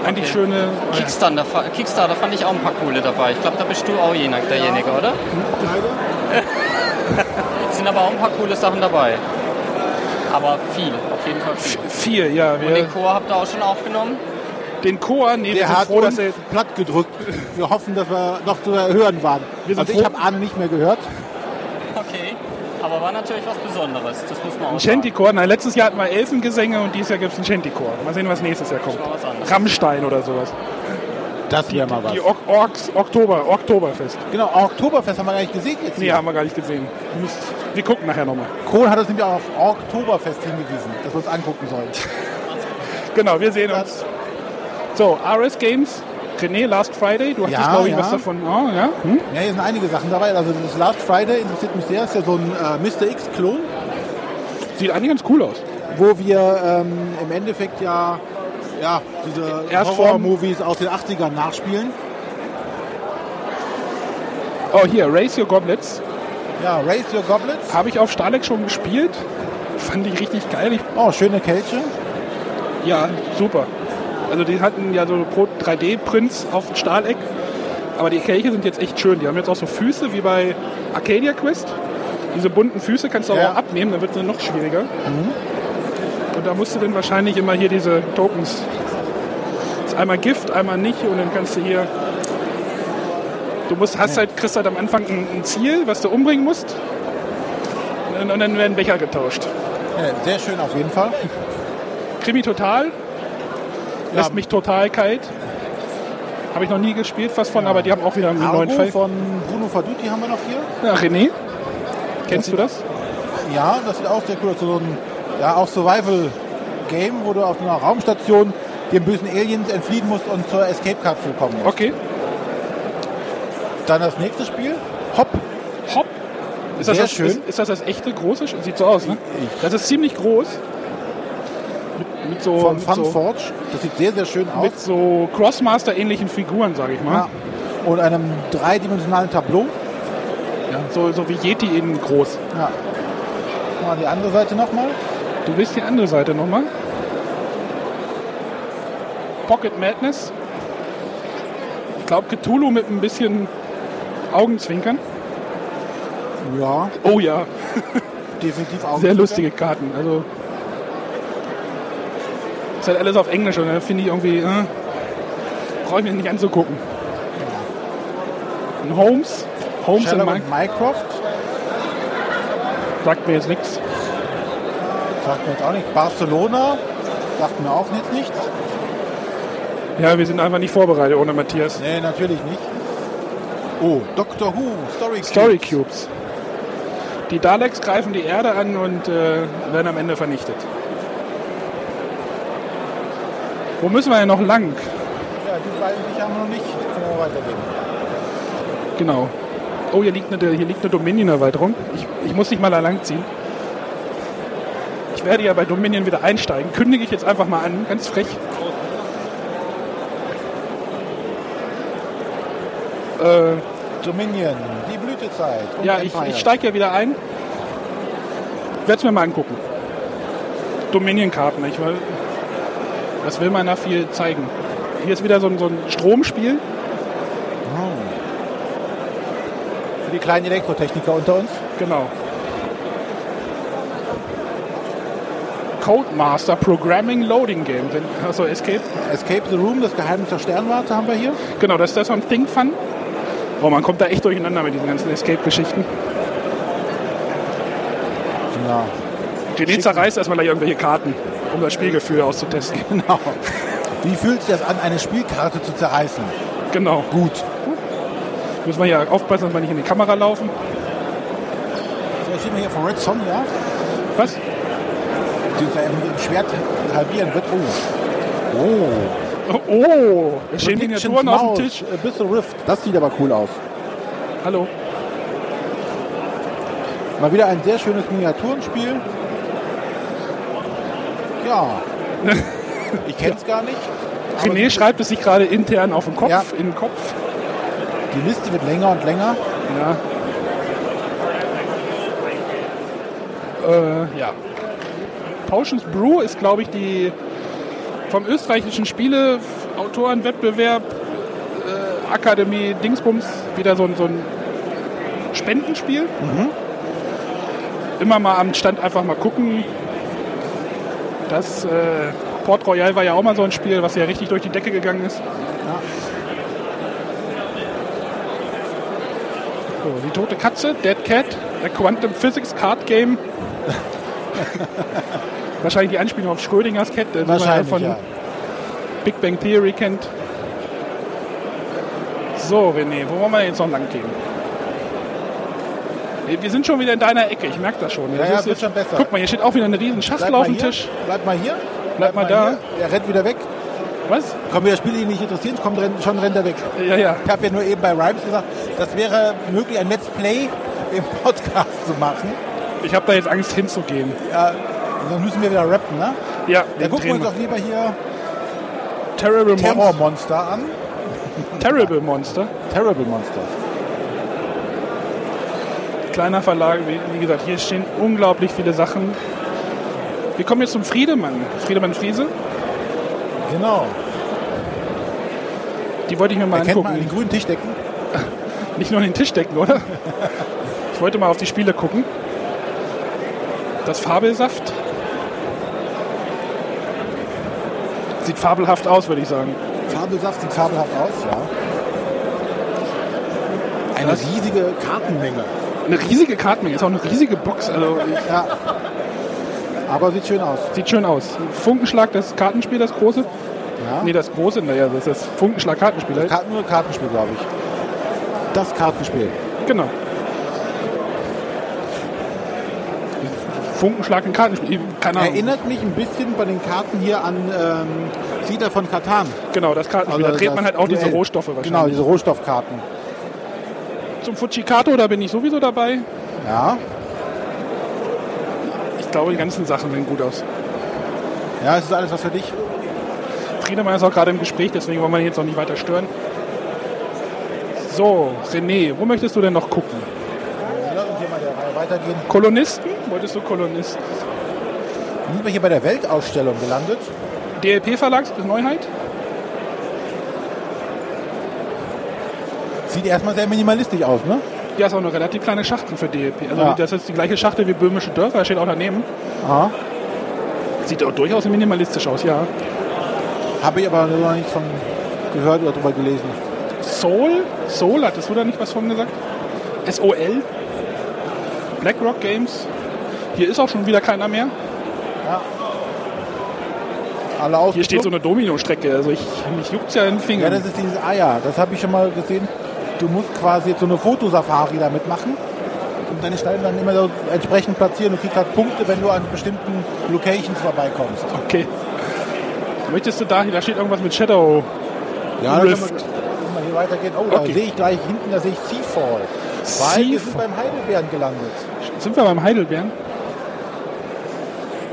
S2: Eigentlich
S9: Okay.
S2: schöne.
S9: Kickstarter, fa- Kickstarter fand ich auch ein paar coole dabei. Ich glaube, da bist du auch jener, derjenige, oder? Leider. sind aber auch ein paar coole Sachen dabei. Aber viel, auf jeden Fall viel.
S2: Vier, ja.
S9: Und
S2: Wir,
S9: den Chor habt ihr auch schon aufgenommen?
S2: den Chor, nee, wir
S1: Der
S2: sind
S1: hat
S2: froh,
S1: uns
S2: dass er.
S1: platt gedrückt. Wir hoffen, dass wir noch zu hören waren.
S2: Wir sind
S1: also ich
S2: froh-
S1: habe Arne nicht mehr gehört.
S9: Okay. Aber war natürlich was Besonderes, das muss man auch
S2: Ein
S9: sagen.
S2: Shanty-Chor. Nein, letztes Jahr hatten wir Elfengesänge und dieses Jahr gibt es einen Shanty-Chor. Mal sehen, was nächstes Jahr kommt.
S9: Mal was anderes.
S2: Rammstein oder sowas.
S1: Das wäre mal was.
S2: Die Ok- Orks, Oktober, Oktoberfest.
S1: Genau, Oktoberfest haben wir gar nicht gesehen jetzt.
S2: Nee,
S1: hier.
S2: haben wir gar nicht gesehen. Mist. Wir gucken nachher nochmal.
S1: Kohn hat uns nämlich auch auf Oktoberfest hingewiesen, dass wir uns angucken sollen.
S2: Genau, wir sehen uns. So, RS Games. René, Last Friday. Du hattest,
S1: Ja,
S2: glaube ich,
S1: ja.
S2: was davon. Oh, ja? Hm?
S1: Ja, hier sind einige Sachen dabei. Also das Last Friday interessiert mich sehr. Ist ja so ein äh, Mr. X-Klon,
S2: Sieht eigentlich ganz cool aus.
S1: wo wir ähm, im Endeffekt ja, ja diese
S2: Erstform.
S1: Horror-Movies aus den 80ern nachspielen.
S2: Oh, hier, Raise Your Goblets.
S1: Ja, Raise Your Goblets.
S2: Habe ich auf Starlink schon gespielt. Fand ich richtig geil. Ich,
S1: Oh, schöne Kelche.
S2: ja, super. Also die hatten ja so Pro 3D-Prints auf dem Stahleck. Aber die Kelche sind jetzt echt schön. Die haben jetzt auch so Füße wie bei Arcadia Quest. Diese bunten Füße kannst du
S1: Ja.
S2: auch abnehmen, dann wird es noch schwieriger. Und da musst du dann wahrscheinlich immer hier diese Tokens. Das ist einmal Gift, einmal nicht und dann kannst du hier. Du musst, hast halt, kriegst halt am Anfang ein, ein Ziel, was du umbringen musst. Und, und dann werden Becher getauscht.
S1: Ja, sehr schön auf jeden Fall.
S2: Krimi total. Lässt mich total kalt. Habe ich noch nie gespielt, was von, aber die haben auch wieder einen neuen
S1: Argo
S2: Fall.
S1: von Bruno Faduti haben wir noch hier.
S2: Ja, René, kennst du das?
S1: Ja, das sieht auch sehr cool aus. So ein ja, auch Survival-Game, wo du auf einer Raumstation dem bösen Aliens entfliehen musst und zur Escape-Kapsel kommen musst.
S2: Okay.
S1: Dann das nächste Spiel, Hopp.
S2: Hopp. Ist das,
S1: Sehr
S2: das,
S1: schön.
S2: Ist, ist das das echte große? Sch- Sieht so aus, ne? Das ist ziemlich groß. Mit, mit so,
S1: von
S2: mit
S1: Fun
S2: so,
S1: Forge. Das sieht sehr, sehr schön aus.
S2: mit so Crossmaster-ähnlichen Figuren, sage ich mal.
S1: Ja. Und einem dreidimensionalen Tableau.
S2: So, so wie Yeti in groß.
S1: Ja. Mal die andere Seite nochmal.
S2: Du willst die andere Seite nochmal? Pocket Madness. Ich glaube, Cthulhu mit ein bisschen Augenzwinkern.
S1: Ja,
S2: Oh ja,
S1: definitiv auch.
S2: sehr lustige Karten. Also ist halt alles auf Englisch und da finde ich irgendwie, äh, brauche ich mir nicht anzugucken. Und Holmes, Holmes und
S1: Sherlock
S2: Mike
S1: und Mycroft.
S2: sagt mir jetzt nichts.
S1: Sagt mir jetzt auch nicht. Barcelona. Sagt mir auch nicht nichts.
S2: Ja, wir sind einfach nicht vorbereitet ohne Matthias.
S1: Nee, natürlich nicht. Oh, Doctor Who. Story Cube.
S2: Story Cubes. Die Daleks greifen die Erde an und äh, werden am Ende vernichtet. Wo müssen wir denn noch lang?
S1: Ja, die beiden die haben wir noch nicht. Jetzt können wir weitergehen.
S2: Genau. Oh, hier liegt eine, hier liegt eine Dominion-Erweiterung. Ich, ich muss nicht mal da lang ziehen. Ich werde ja bei Dominion wieder einsteigen. Kündige ich jetzt einfach mal an, ganz frech. Äh,
S1: Dominion. Die Blütezeit. und
S2: Ja, ich,
S1: Empire.
S2: ich steige ja wieder ein. Werde es mir mal angucken. Dominion-Karten, ich will, das will man da viel zeigen. Hier ist wieder so ein, so ein Stromspiel.
S1: Für die kleinen Elektrotechniker unter uns.
S2: Genau. Codemaster Programming Loading Game. Wenn- Also Escape.
S1: Escape the Room, das Geheimnis der Sternwarte haben wir hier.
S2: Genau, das ist das von Think Fun. Oh, man kommt da echt durcheinander mit diesen ganzen Escape-Geschichten.
S1: Genau.
S2: Die zerreißt erstmal gleich irgendwelche Karten, um das Spielgefühl auszutesten.
S1: genau. Wie fühlt sich das an, eine Spielkarte zu zerreißen?
S2: Genau. Gut. Müssen wir hier aufpassen, dass wir nicht in die Kamera laufen.
S1: Da stehen wir hier von Red Sonja,
S2: Was?
S1: die da eben mit dem Schwert halbieren wird. Oh. Oh.
S2: Oh, es stehen
S1: Predictions
S2: Miniaturen auf
S1: Maus,
S2: dem Tisch.
S1: Abyssal äh, Rift. Das sieht aber cool aus.
S2: Hallo.
S1: Mal wieder ein sehr schönes Miniaturenspiel. Ja. Ich kenne es gar nicht. aber
S2: René schreibt es sich gerade intern auf den Kopf,
S1: Ja.
S2: in den Kopf.
S1: Die Liste wird länger und länger.
S2: Ja. Äh, ja. Potions Brew ist, glaube ich, die vom österreichischen Spiele-Autorenwettbewerb äh, Akademie Dingsbums wieder so ein, so ein Spendenspiel. Immer mal am Stand einfach mal gucken. Das äh, Port Royal war ja auch mal so ein Spiel, was ja richtig durch die Decke gegangen ist. So, die tote Katze, Dead Cat, der Quantum Physics Card Game. Wahrscheinlich die Anspielung auf Schrödingers Cat, den
S1: Wahrscheinlich,
S2: man ja
S1: ja.
S2: von Big Bang Theory kennt. So, René, wo wollen wir denn jetzt noch lang gehen? Wir- Wir sind schon wieder in deiner Ecke, ich merke das schon. Das
S1: ja,
S2: ist
S1: wird
S2: jetzt-
S1: schon besser.
S2: Guck mal, hier steht auch wieder eine riesen Schachtel auf dem
S1: hier.
S2: Tisch.
S1: Bleib mal hier.
S2: Bleib mal da.
S1: Hier. Er rennt wieder weg.
S2: Was?
S1: Kommen wieder Spiele, die ihn nicht interessieren, kommt, rennt- schon rennt er weg.
S2: Ja, ja.
S1: Ich habe ja nur eben bei Rhymes gesagt, das wäre möglich, ein Let's Play im Podcast zu machen.
S2: Ich habe da jetzt Angst hinzugehen.
S1: Ja, dann müssen wir wieder rappen, ne?
S2: Ja,
S1: Dann
S2: den
S1: gucken wir
S2: Tränen.
S1: uns doch lieber hier
S2: Terrible, Monster.
S1: Terrormonster an.
S2: Terrible Monster.
S1: Terrible Monster.
S2: Kleiner Verlag, wie, wie gesagt, hier stehen unglaublich viele Sachen. Wir kommen jetzt zum Friedemann. Friedemann Friese.
S1: Genau.
S2: Die wollte ich mir mal
S1: Erkennt man an den
S2: angucken.
S1: grünen Tischdecken.
S2: Nicht nur an den Tisch decken, oder? ich wollte mal auf die Spiele gucken. Das Fabelsaft. Sieht fabelhaft aus, würde ich sagen.
S1: Fabelsaft sieht fabelhaft aus, ja. Eine
S2: Das-
S1: riesige Kartenmenge.
S2: Eine riesige Kartenmenge, ist auch eine riesige Box. Also
S1: Ja. Aber sieht schön aus.
S2: Sieht schön aus. Funkenschlag, das Kartenspiel, das große.
S1: Ja.
S2: Nee, das große, naja, das ist das Funkenschlag-Kartenspiel. halt.
S1: Karten, nur Kartenspiel, glaube ich. Das Kartenspiel.
S2: Genau. Funkenschlag, ein Kartenspiel. Keine Ahnung.
S1: Erinnert mich ein bisschen bei den Karten hier an ähm, Fiedler von Katan. Also
S2: Genau, das Kartenspiel. da dreht
S1: das
S2: man halt auch diese
S1: Duell.
S2: Rohstoffe wahrscheinlich.
S1: Genau, diese Rohstoffkarten. Genau.
S2: Zum Fujikato, da bin ich sowieso dabei.
S1: Ja.
S2: Ich glaube, die ganzen Sachen sehen gut aus.
S1: Ja, es ist alles was für dich.
S2: Friedemann ist auch gerade im Gespräch, deswegen wollen wir ihn jetzt auch nicht weiter stören. So, René, wo möchtest du denn noch gucken?
S1: Hier mal der Reihe weitergehen.
S2: Kolonisten? Wolltest du Kolonisten?
S1: Nun sind wir hier bei der Weltausstellung gelandet.
S2: DLP Verlags ist Neuheit?
S1: Sieht erstmal sehr minimalistisch aus, ne?
S2: Ja, ist auch eine relativ kleine Schachtel für DLP. Also
S1: Ja.
S2: das ist die gleiche Schachtel wie böhmische Dörfer, steht auch daneben.
S1: Aha.
S2: Sieht auch durchaus minimalistisch aus, ja.
S1: Habe ich aber noch nichts von gehört oder drüber gelesen.
S2: Soul? Soul, hattest du da nicht was von gesagt? SOL? BlackRock Games? Hier ist auch schon wieder keiner mehr.
S1: Alle aus.
S2: Hier steht so eine Domino-Strecke, also ich, mich juckt's ja in den
S1: Ja,
S2: Fingern.
S1: das ist dieses Eier. Das habe ich schon mal gesehen. Du musst quasi jetzt so eine Fotosafari damit machen und deine Steine dann immer so entsprechend platzieren. Du kriegst halt Punkte, wenn du an bestimmten Locations vorbeikommst.
S2: okay. Möchtest du da, da steht irgendwas mit Shadow.
S1: Ja, dann
S2: Rift.
S1: können wir, können wir hier weitergehen. Oh, da
S2: Okay.
S1: sehe ich gleich hinten, da sehe ich Seafall. Weil wir sind beim Heidelbeeren gelandet.
S2: Sind wir beim Heidelbeeren?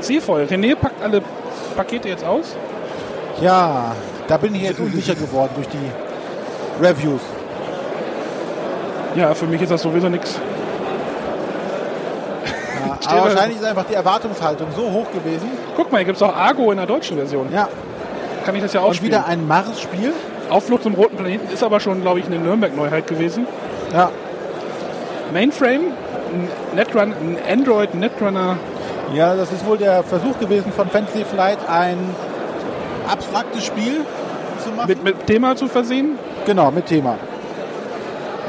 S2: Seevoll. René packt alle Pakete jetzt aus.
S1: Ja, da bin ich jetzt unsicher geworden durch die Reviews.
S2: Ja, für mich ist das sowieso nichts.
S1: Ja,
S2: Steht
S1: aber
S2: da-
S1: wahrscheinlich ist einfach die Erwartungshaltung so hoch gewesen.
S2: Guck mal, hier gibt es auch Argo in der deutschen Version.
S1: Ja,
S2: Kann ich das ja auch
S1: und
S2: spielen.
S1: wieder ein Mars-Spiel.
S2: Aufflucht zum roten Planeten ist aber schon, glaube ich, eine Nürnberg-Neuheit gewesen.
S1: Ja.
S2: Mainframe, ein Netrun, ein Android Netrunner.
S1: ja, das ist wohl der Versuch gewesen von Fantasy Flight, ein abstraktes Spiel zu machen.
S2: Mit, mit Thema zu versehen?
S1: genau, mit Thema.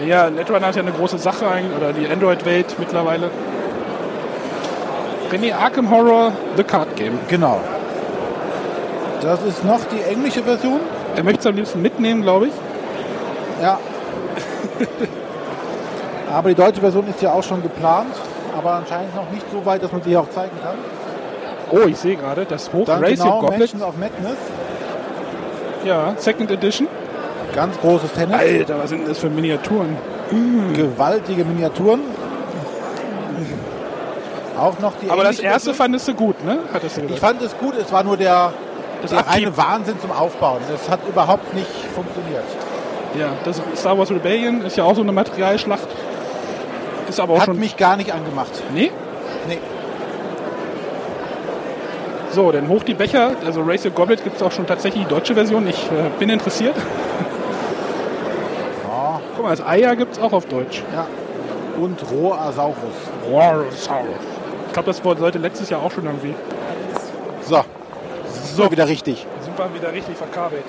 S2: Ja, Netrunner ist ja eine große Sache eigentlich, oder die Android-Welt mittlerweile. René Arkham Horror, The Card Game.
S1: Genau. Das ist noch die englische Version.
S2: Er möchte es am liebsten mitnehmen, glaube ich.
S1: Ja. aber die deutsche Version ist ja auch schon geplant, aber anscheinend noch nicht so weit, dass man sie hier auch zeigen kann.
S2: Oh, ich sehe gerade, das Hoch
S1: Dann
S2: Racing
S1: genau
S2: Goblet.
S1: Mansions of Madness.
S2: Ja, Second Edition.
S1: Ganz großes Tennis.
S2: Alter, was sind denn das für Miniaturen? Mm.
S1: Gewaltige Miniaturen. Auch noch die
S2: Aber das
S1: englische
S2: erste
S1: Version.
S2: fandest du gut, ne? Hattest du
S1: Ich
S2: gesagt.
S1: fand es gut, es war nur der,
S2: Das
S1: der
S2: Abtrieb.
S1: reine Wahnsinn zum Aufbauen. Das hat überhaupt nicht funktioniert.
S2: Ja, das Star Wars Rebellion ist ja auch so eine Materialschlacht. Ist aber auch
S1: Hat
S2: schon...
S1: mich gar nicht angemacht.
S2: Nee?
S1: Nee.
S2: So, dann hoch die Becher. Also Race Your Goblet gibt es auch schon tatsächlich die deutsche Version. Ich äh, bin interessiert. Guck mal, das Eier gibt es auch auf Deutsch.
S1: Ja. Und Rohasaurus.
S2: Warosaurus. Ich glaube, das Wort sollte letztes Jahr auch schon irgendwie.
S1: So. So wieder richtig.
S2: Sind wir wieder richtig verkabelt.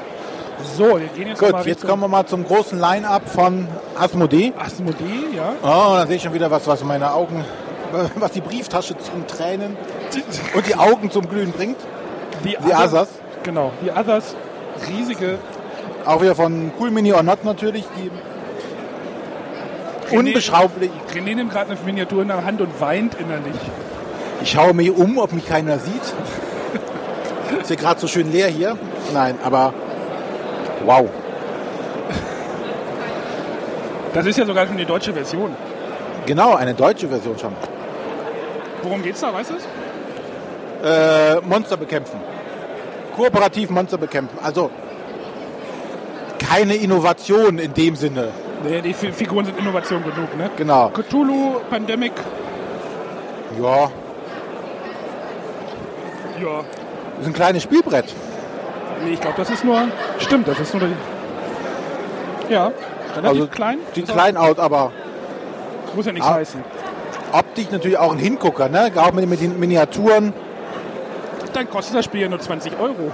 S2: So, wir gehen jetzt
S1: Gut,
S2: mal
S1: jetzt
S2: Richtung
S1: kommen wir mal zum großen Line-Up von Asmodee.
S2: Asmodee, ja.
S1: Oh, da sehe ich schon wieder was, was meine Augen, was die Brieftasche zum Tränen und die Augen zum Glühen bringt.
S2: Die
S1: The Others.
S2: Genau, die Others. Riesige.
S1: Auch wieder von Cool Mini or Not natürlich, die unbeschraublich.
S2: René nimmt gerade eine Miniatur in der Hand und weint innerlich.
S1: Ich schaue mich um, ob mich keiner sieht. Ist ja gerade so schön leer hier. Nein, aber wow.
S2: Das ist ja sogar schon die deutsche Version.
S1: Genau, eine deutsche Version schon.
S2: Worum geht's da, weißt du es?
S1: Äh, Monster bekämpfen. Kooperativ Monster bekämpfen. Also keine Innovation in dem Sinne.
S2: Nee, die Fi- Figuren sind Innovation genug, ne?
S1: Genau.
S2: Cthulhu, Pandemic,
S1: Ja,
S2: ja.
S1: ist ein kleines Spielbrett.
S2: Nee, ich glaube, das ist nur. Stimmt, das ist nur. Die, ja, relativ klein.
S1: Also,
S2: Also-
S1: Sieht
S2: Ist
S1: klein aus, aber
S2: auch- Muss ja nichts
S1: Ah.
S2: heißen.
S1: optisch natürlich auch ein Hingucker, ne? Auch mit, mit den Miniaturen.
S2: Dann kostet das Spiel ja nur 20 Euro.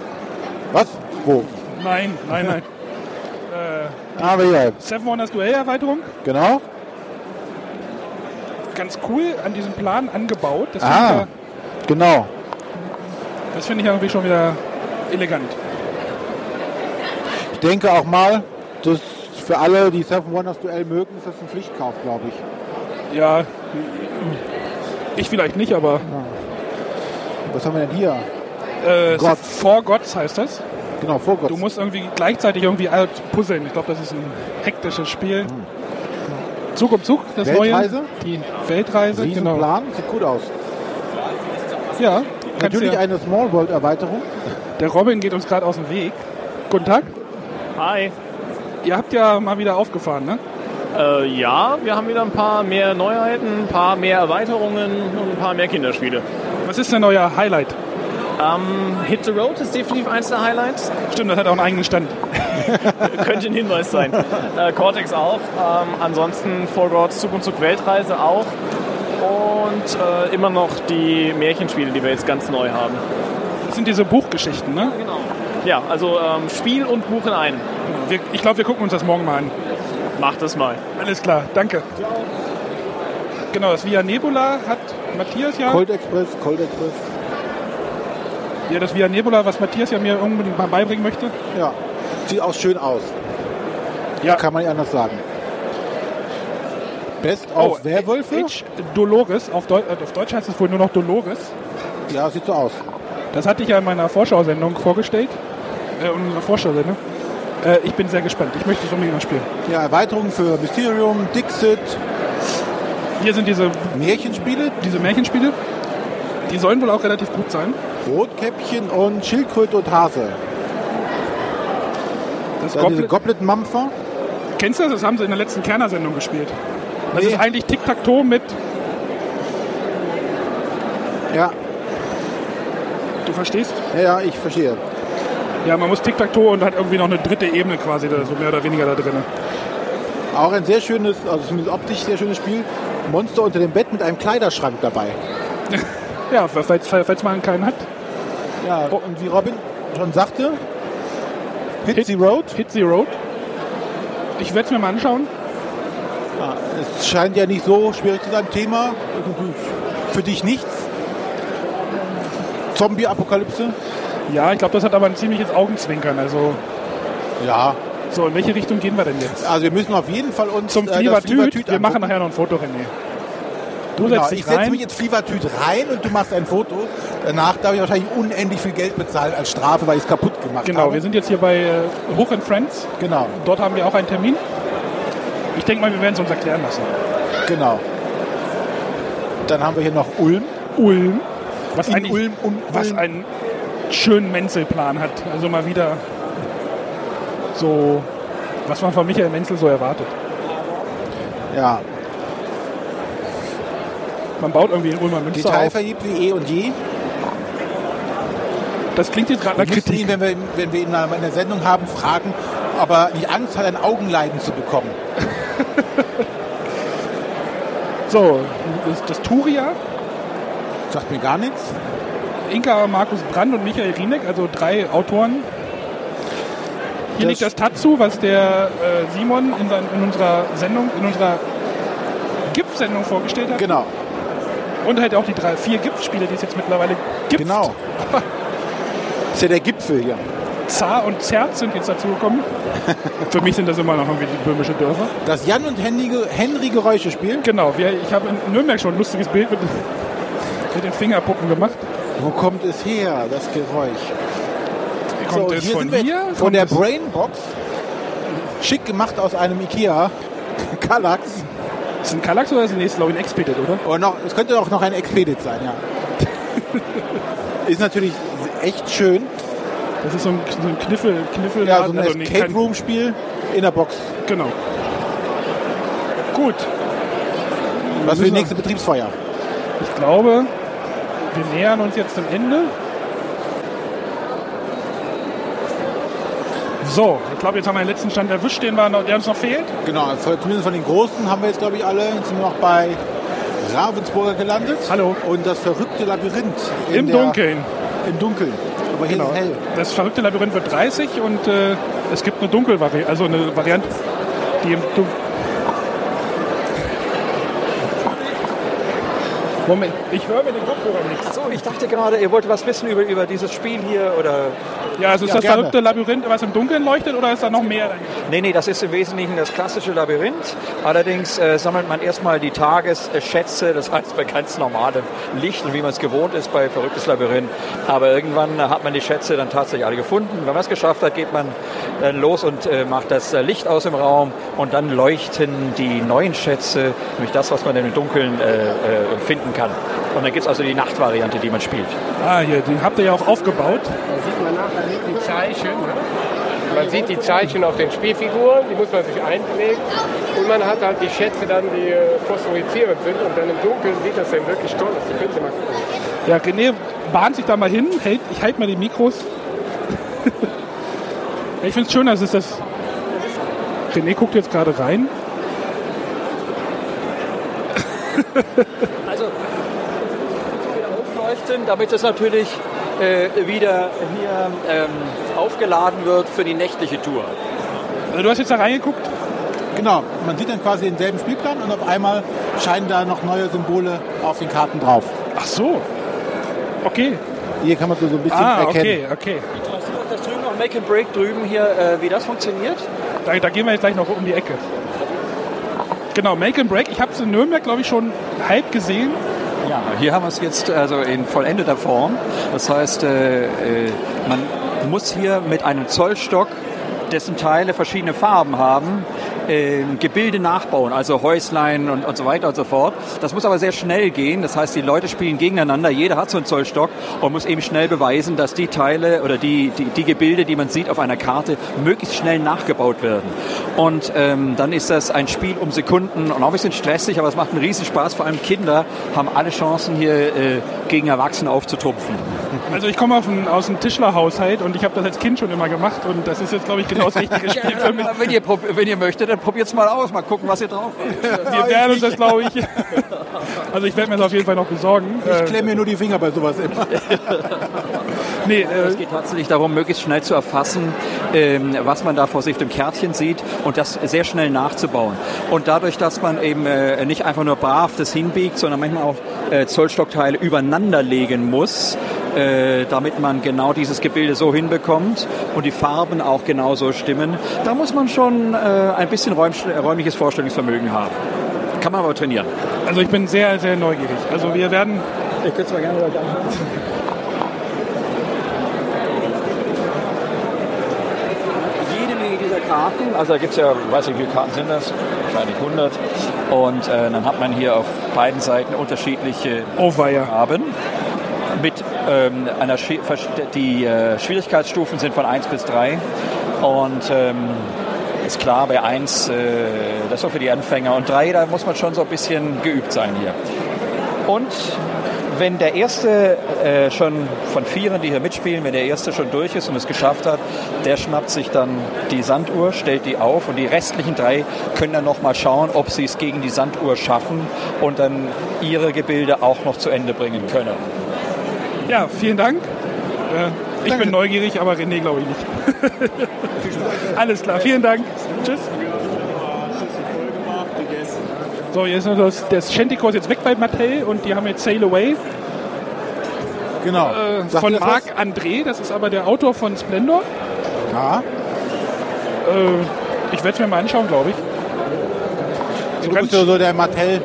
S1: Was? Wo?
S2: Nein, nein, nein.
S1: Aber hier,
S2: Seven Wonders Duell-Erweiterung.
S1: genau.
S2: Ganz cool an diesem Plan angebaut. Das finde
S1: Ah, genau.
S2: ich, ja- das find ich ja irgendwie schon wieder elegant.
S1: Ich denke auch mal, dass für alle, die Seven Wonders Duell mögen, ist das ein Pflichtkauf, glaube ich.
S2: Ja. Ich vielleicht nicht, aber.
S1: Was haben wir denn hier?
S2: Äh,
S1: Gott.
S2: Four Gods heißt das.
S1: Genau, vor Gott.
S2: Du musst irgendwie gleichzeitig irgendwie alt puzzeln. Ich glaube, das ist ein hektisches Spiel. Zug um Zug, das
S1: Hm. Weltreise?
S2: neue. Die Weltreise, genau.
S1: Riesenplan, sieht gut aus.
S2: Ja, kannst
S1: Natürlich
S2: ja.
S1: eine Small World Erweiterung.
S2: Der Robin geht uns gerade aus dem Weg. Guten Tag.
S10: Hi.
S2: Ihr habt ja mal wieder aufgefahren, ne?
S10: Äh, ja, wir haben wieder ein paar mehr Neuheiten, ein paar mehr Erweiterungen und ein paar mehr Kinderspiele.
S2: Was ist denn euer Highlight?
S10: Ähm, Hit the Road ist definitiv eins der Highlights.
S2: Stimmt, das hat auch einen eigenen Stand.
S10: Könnte ein Hinweis sein. Äh, Cortex auch. Ähm, ansonsten Forgots Zug um Zug Weltreise auch. Und äh, immer noch die Märchenspiele, die wir jetzt ganz neu haben.
S2: Das sind diese Buchgeschichten, ne?
S10: Genau. Ja, also ähm, Spiel und Buch in einem.
S2: Wir, ich glaube, wir gucken uns das morgen mal an.
S10: Macht das mal.
S2: Alles klar, danke. Genau, das Via Nebula hat Matthias ja.
S1: Cold Express, Cold Express.
S2: Ja, das Via Nebula, was Matthias ja mir unbedingt mal beibringen möchte.
S1: Ja. Sieht auch schön aus.
S2: Ja.
S1: Kann man nicht anders sagen. Best
S2: Oh,
S1: auf Werwölfe?
S2: H. Dolores, auf, Deu äh, auf Deutsch heißt es wohl nur noch Dolores.
S1: Ja, sieht so aus.
S2: Das hatte ich ja in meiner Vorschau-Sendung vorgestellt. Äh, in meiner Vorschau-Sendung. Äh, ich bin sehr gespannt. Ich möchte es unbedingt mal spielen.
S1: Ja, Erweiterung für Mysterium, Dixit,
S2: Hier sind diese,
S1: Märchenspiele,
S2: diese Märchenspiele. Die sollen wohl auch relativ gut sein.
S1: Rotkäppchen und Schildkröte und Hase.
S2: Das
S1: Dann diese
S2: Goblet,
S1: Goblet-Mampfer.
S2: kennst du das? Das haben sie in der letzten Kerner-Sendung gespielt. Das
S1: Nee.
S2: ist eigentlich Tic-Tac-Toe mit,
S1: Ja,
S2: du verstehst?
S1: ja, ja, ich verstehe.
S2: Ja, man muss Tic-Tac-Toe und hat irgendwie noch eine dritte Ebene quasi, da, so mehr oder weniger da drin.
S1: Auch ein sehr schönes, also zumindest optisch sehr schönes Spiel. Monster unter dem Bett mit einem Kleiderschrank dabei.
S2: Ja, falls, falls man keinen hat.
S1: Ja, und wie Robin schon sagte, Hit, the Road.
S2: Hit the Road. Ich werde es mir mal anschauen.
S1: Ja, es scheint ja nicht so schwierig zu sein. Thema für dich nichts. Zombie-Apokalypse.
S2: Ja, ich glaube, das hat aber ein ziemliches Augenzwinkern. Also,
S1: Ja,
S2: so, in welche Richtung gehen wir denn jetzt?
S1: also wir müssen auf jeden Fall uns äh,
S2: Zum
S1: das
S2: Flievertüt. Wir
S1: angucken.
S2: machen nachher noch ein Foto, René. Du
S1: Genau,
S2: setzt
S1: ich
S2: dich
S1: setze
S2: rein.
S1: mich ins Flievertüt rein und du machst ein Foto. Danach darf ich wahrscheinlich unendlich viel Geld bezahlen als Strafe, weil ich es kaputt gemacht
S2: Genau,
S1: habe.
S2: wir sind jetzt hier bei äh, Hoch and Friends.
S1: genau,
S2: Dort haben wir auch einen Termin. Ich denke mal, wir werden es uns erklären lassen.
S1: genau. Dann haben wir hier noch Ulm.
S2: Ulm. Was,
S1: In
S2: eigentlich,
S1: Ulm und
S2: was
S1: Ulm.
S2: einen schönen Menzelplan hat. Also mal wieder so, was man von Michael Menzel so erwartet.
S1: Ja,
S2: Man baut irgendwie in Ulm ein Münster auf.
S1: detailverliebt wie eh und je.
S2: Das klingt jetzt gerade
S1: Wir
S2: nach
S1: müssen
S2: Kritik.
S1: ihn, wenn wir, ihn- wenn wir ihn mal in der Sendung haben, fragen, ob er nicht Angst hat, ein Augenleiden zu bekommen.
S2: So, das, das Turia,
S1: Sagt mir gar nichts.
S2: Inka, Markus Brand und Michael Rieneck, also drei Autoren. Hier
S1: Das-
S2: liegt das Tatsu, was der äh, Simon in, sein, in unserer Sendung, in unserer GIF-Sendung vorgestellt hat.
S1: Genau,
S2: Und halt auch die drei, vier GIF-Spiele, die es jetzt mittlerweile gibt.
S1: genau. Ist ja der Gipfel hier.
S2: Zar und Zerz sind jetzt dazugekommen. Für mich sind das immer noch irgendwie die böhmische Dörfer.
S1: Das Jan und Henry, Henry Geräusche spielen.
S2: Genau, wir, ich habe in Nürnberg schon ein lustiges Bild mit, mit den Fingerpuppen gemacht.
S1: Wo kommt es her, das Geräusch?
S2: Kommt
S1: So,
S2: es
S1: hier
S2: von
S1: sind wir
S2: hier?
S1: jetzt Von
S2: Kommt
S1: der
S2: es-
S1: Brainbox. Schick gemacht aus einem Ikea. Kallax.
S2: Ist ein Kallax oder ist ein nächstes, glaube ich, ein Expedit, oder?
S1: Oder noch, es könnte auch noch ein Expedit sein, ja. ist natürlich echt schön.
S2: Das ist so ein, so ein Kniffel, Kniffel.
S1: Ja, so ein
S2: also nicht-
S1: Escape
S2: kein-
S1: Room Spiel in der Box.
S2: Genau. Gut,
S1: Was für die nächste Betriebsfeier.
S2: ich glaube, wir nähern uns jetzt dem Ende. So, ich glaube, jetzt haben wir den letzten Stand erwischt, den wir noch, der uns noch fehlt.
S1: Genau, von- zumindest von den Großen haben wir jetzt, glaube ich, alle. Jetzt sind wir noch bei Ravensburger gelandet.
S2: Hallo.
S1: Und das verrückte Labyrinth. in
S2: Im
S1: der-
S2: Dunkeln.
S1: Im Dunkeln. Aber hier ist hell.
S2: Das verrückte Labyrinth wird 30 und äh, es gibt eine Dunkelvariante, also eine Variante, die im Dun Moment, ich höre mir den Kopfhörer nicht.
S11: Achso, ich dachte gerade, ihr wollt was wissen über, über dieses Spiel hier oder.
S2: Ja, also ist das verrückte Labyrinth, was im Dunkeln leuchtet oder ist da noch mehr?
S11: Nee, nee, das ist im Wesentlichen das klassische Labyrinth. Allerdings äh, sammelt man erstmal die Tagesschätze, das heißt bei ganz normalem Licht und wie man es gewohnt ist bei verrücktes Labyrinth. Aber irgendwann äh, hat man die Schätze dann tatsächlich alle gefunden. Wenn man es geschafft hat, geht man dann los und äh, macht das äh, Licht aus im Raum und dann leuchten die neuen Schätze, nämlich das, was man im Dunkeln äh, äh, finden kann. Und dann gibt es also die Nachtvariante, die man spielt.
S2: Ah, hier, den habt ihr ja auch aufgebaut.
S12: sieht man nachher die Zeichen. ne? Man sieht die Zeichen auf den Spielfiguren, die muss man sich einprägen. Und man hat halt die Schätze dann, die äh, phosphorizierend sind. Und dann im Dunkeln sieht das dann wirklich toll aus. Könnt ihr mal gucken.
S2: Ja, René bahnt sich da mal hin. Hält, ich halte mal die Mikros. ich finde es schön, dass es das. René guckt jetzt gerade rein.
S11: Also aufleuchten, damit es natürlich äh, wieder hier ähm, aufgeladen wird für die nächtliche Tour.
S2: Also, Du hast jetzt da reingeguckt?
S1: Genau, man sieht dann quasi denselben Spielplan und auf einmal scheinen da noch neue Symbole auf den Karten drauf.
S2: Ach so, okay.
S1: Hier kann man so so ein bisschen
S2: ah, okay,
S1: erkennen.
S2: okay.
S11: Da drüben noch Make and Break drüben hier, äh, wie das funktioniert.
S2: Da, da gehen wir jetzt gleich noch um die Ecke. Genau, Make and Break. Ich habe es in Nürnberg, glaube ich, schon halb gesehen.
S13: Ja, hier haben wir es jetzt also in vollendeter Form. Das heißt, äh, äh, man muss hier mit einem Zollstock, dessen Teile verschiedene Farben haben, äh, Gebilde nachbauen, also Häuslein und, und so weiter und so fort. Das muss aber sehr schnell gehen. Das heißt, die Leute spielen gegeneinander. Jeder hat so einen Zollstock und muss eben schnell beweisen, dass die Teile oder die, die, die Gebilde, die man sieht auf einer Karte, möglichst schnell nachgebaut werden. Und ähm, dann ist das ein Spiel um Sekunden und auch ein bisschen stressig, aber es macht einen riesen Spaß. Vor allem Kinder haben alle Chancen, hier äh, gegen Erwachsene aufzutrumpfen.
S2: Also ich komme auf ein, aus einem Tischlerhaushalt und ich habe das als Kind schon immer gemacht und das ist jetzt, glaube ich, genau das richtige Spiel für mich.
S13: Wenn ihr, prob- wenn ihr möchtet, dann probiert es mal aus. Mal gucken, was ihr drauf habt.
S2: Wir werden uns das, glaube ich. Also ich werde mir das auf jeden Fall noch besorgen. Äh,
S1: Ich klemme mir nur die Finger bei sowas immer.
S13: Nee,
S2: äh,
S13: es geht tatsächlich darum, möglichst schnell zu erfassen, ähm, was man da vor sich auf dem Kärtchen sieht und das sehr schnell nachzubauen. Und dadurch, dass man eben äh, nicht einfach nur brav das hinbiegt, sondern manchmal auch äh, Zollstockteile übereinander legen muss, äh, damit man genau dieses Gebilde so hinbekommt und die Farben auch genauso stimmen, da muss man schon äh, ein bisschen räumsch- räumliches Vorstellungsvermögen haben. Kann man aber trainieren.
S2: Also ich bin sehr, sehr neugierig. Also wir werden.
S13: Ich könnte es mal gerne Leute
S11: Jede Menge dieser Karten.
S13: Also da gibt es ja, weiß nicht, wie viele Karten sind das? Wahrscheinlich 100. Und äh, dann hat man hier auf beiden Seiten unterschiedliche
S2: Oh, weia.
S13: Farben. Mit ähm, einer Schi- Versch- die äh, Schwierigkeitsstufen sind von 1 bis 3. Und ähm, ist klar, bei 1, äh, das ist so für die Anfänger. Und 3, da muss man schon so ein bisschen geübt sein hier. Und wenn der erste äh, schon von Vieren, die hier mitspielen, wenn der erste schon durch ist und es geschafft hat, der schnappt sich dann die Sanduhr, stellt die auf und die restlichen drei können dann nochmal schauen, ob sie es gegen die Sanduhr schaffen und dann ihre Gebilde auch noch zu Ende bringen können.
S2: Ja, vielen Dank. Äh, ich bin neugierig, aber René glaube ich nicht. Alles klar, vielen Dank. Tschüss. So, jetzt ist das, das Shantico ist jetzt weg bei Mattel und die haben jetzt Sail Away.
S1: Genau.
S2: Äh,
S1: Sagt
S2: von
S1: ihr das
S2: Marc André, das ist aber der Autor von Splendor.
S1: Ja.
S2: Äh, ich werde es mir mal anschauen, glaube ich.
S1: Du bist ja so der Mattel.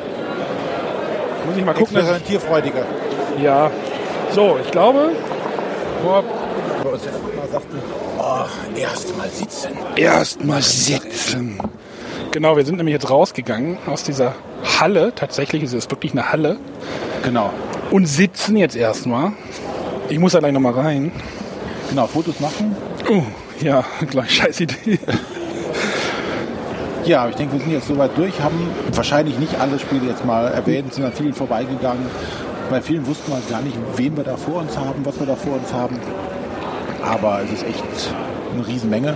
S2: Muss ich mal gucken. dass ich-
S1: Experimentierfreudiger.
S2: Ja. So, ich glaube. Boah.
S14: Erstmal sitzen.
S2: Erstmal sitzen. Genau, wir sind nämlich jetzt rausgegangen aus dieser Halle. Tatsächlich ist es wirklich eine Halle.
S1: Genau.
S2: Und sitzen jetzt erstmal. Ich muss da gleich nochmal rein.
S1: Genau, Fotos machen.
S2: Oh, ja, gleich scheiß Idee.
S1: Ja, aber ich denke, wir sind jetzt soweit durch, haben wahrscheinlich nicht alle Spiele jetzt mal erwähnt, sind an vielen vorbeigegangen. Bei vielen wussten wir gar nicht, wen wir da vor uns haben, was wir da vor uns haben. Aber es ist echt eine Riesenmenge.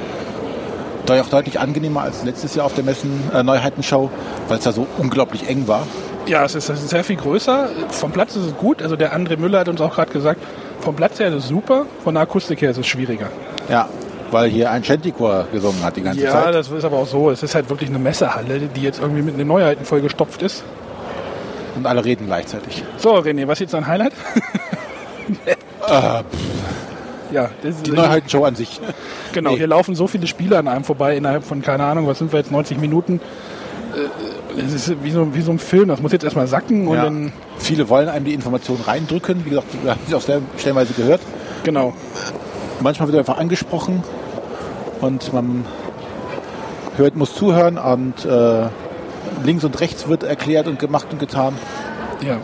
S1: Da auch deutlich angenehmer als letztes Jahr auf der Messen äh, Neuheitenshow, weil es da so unglaublich eng war.
S2: Ja, es ist, es ist sehr viel größer. Vom Platz ist es gut. Also der André Müller hat uns auch gerade gesagt, vom Platz her ist es super, von der Akustik her ist es schwieriger.
S1: Ja, weil hier ein Shantychor gesungen hat die ganze
S2: ja,
S1: Zeit.
S2: das ist aber auch so. Es ist halt wirklich eine Messehalle, die jetzt irgendwie mit den Neuheiten vollgestopft ist.
S1: Und alle reden gleichzeitig.
S2: So, René, was ist jetzt dein Highlight?
S1: Äh, pff,
S2: ja, das ist
S1: die Neuheitenshow an sich.
S2: Genau,
S1: Nee.
S2: hier laufen so viele Spiele an einem vorbei innerhalb von, keine Ahnung, was sind wir jetzt, 90 Minuten. Äh, Es ist wie so, wie so ein Film, das muss jetzt erstmal sacken und
S1: Ja.
S2: dann.
S1: Viele wollen einem die Informationen reindrücken. Wie gesagt, wir haben sie auch sehr stellenweise gehört.
S2: Genau.
S1: Manchmal wird einfach angesprochen und man hört, muss zuhören und äh, links und rechts wird erklärt und gemacht und getan.
S2: Ja.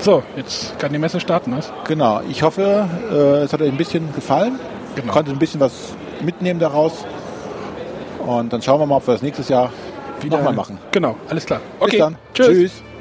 S2: So, jetzt kann die Messe starten, was?
S1: Genau, ich hoffe, äh, es hat euch ein bisschen gefallen.
S2: Genau.
S1: Konntet ein bisschen was mitnehmen daraus. Und dann schauen wir mal, ob wir das nächstes Jahr nochmal machen.
S2: Genau, alles klar.
S1: Bis
S2: Okay,
S1: dann.
S2: tschüss.
S1: tschüss.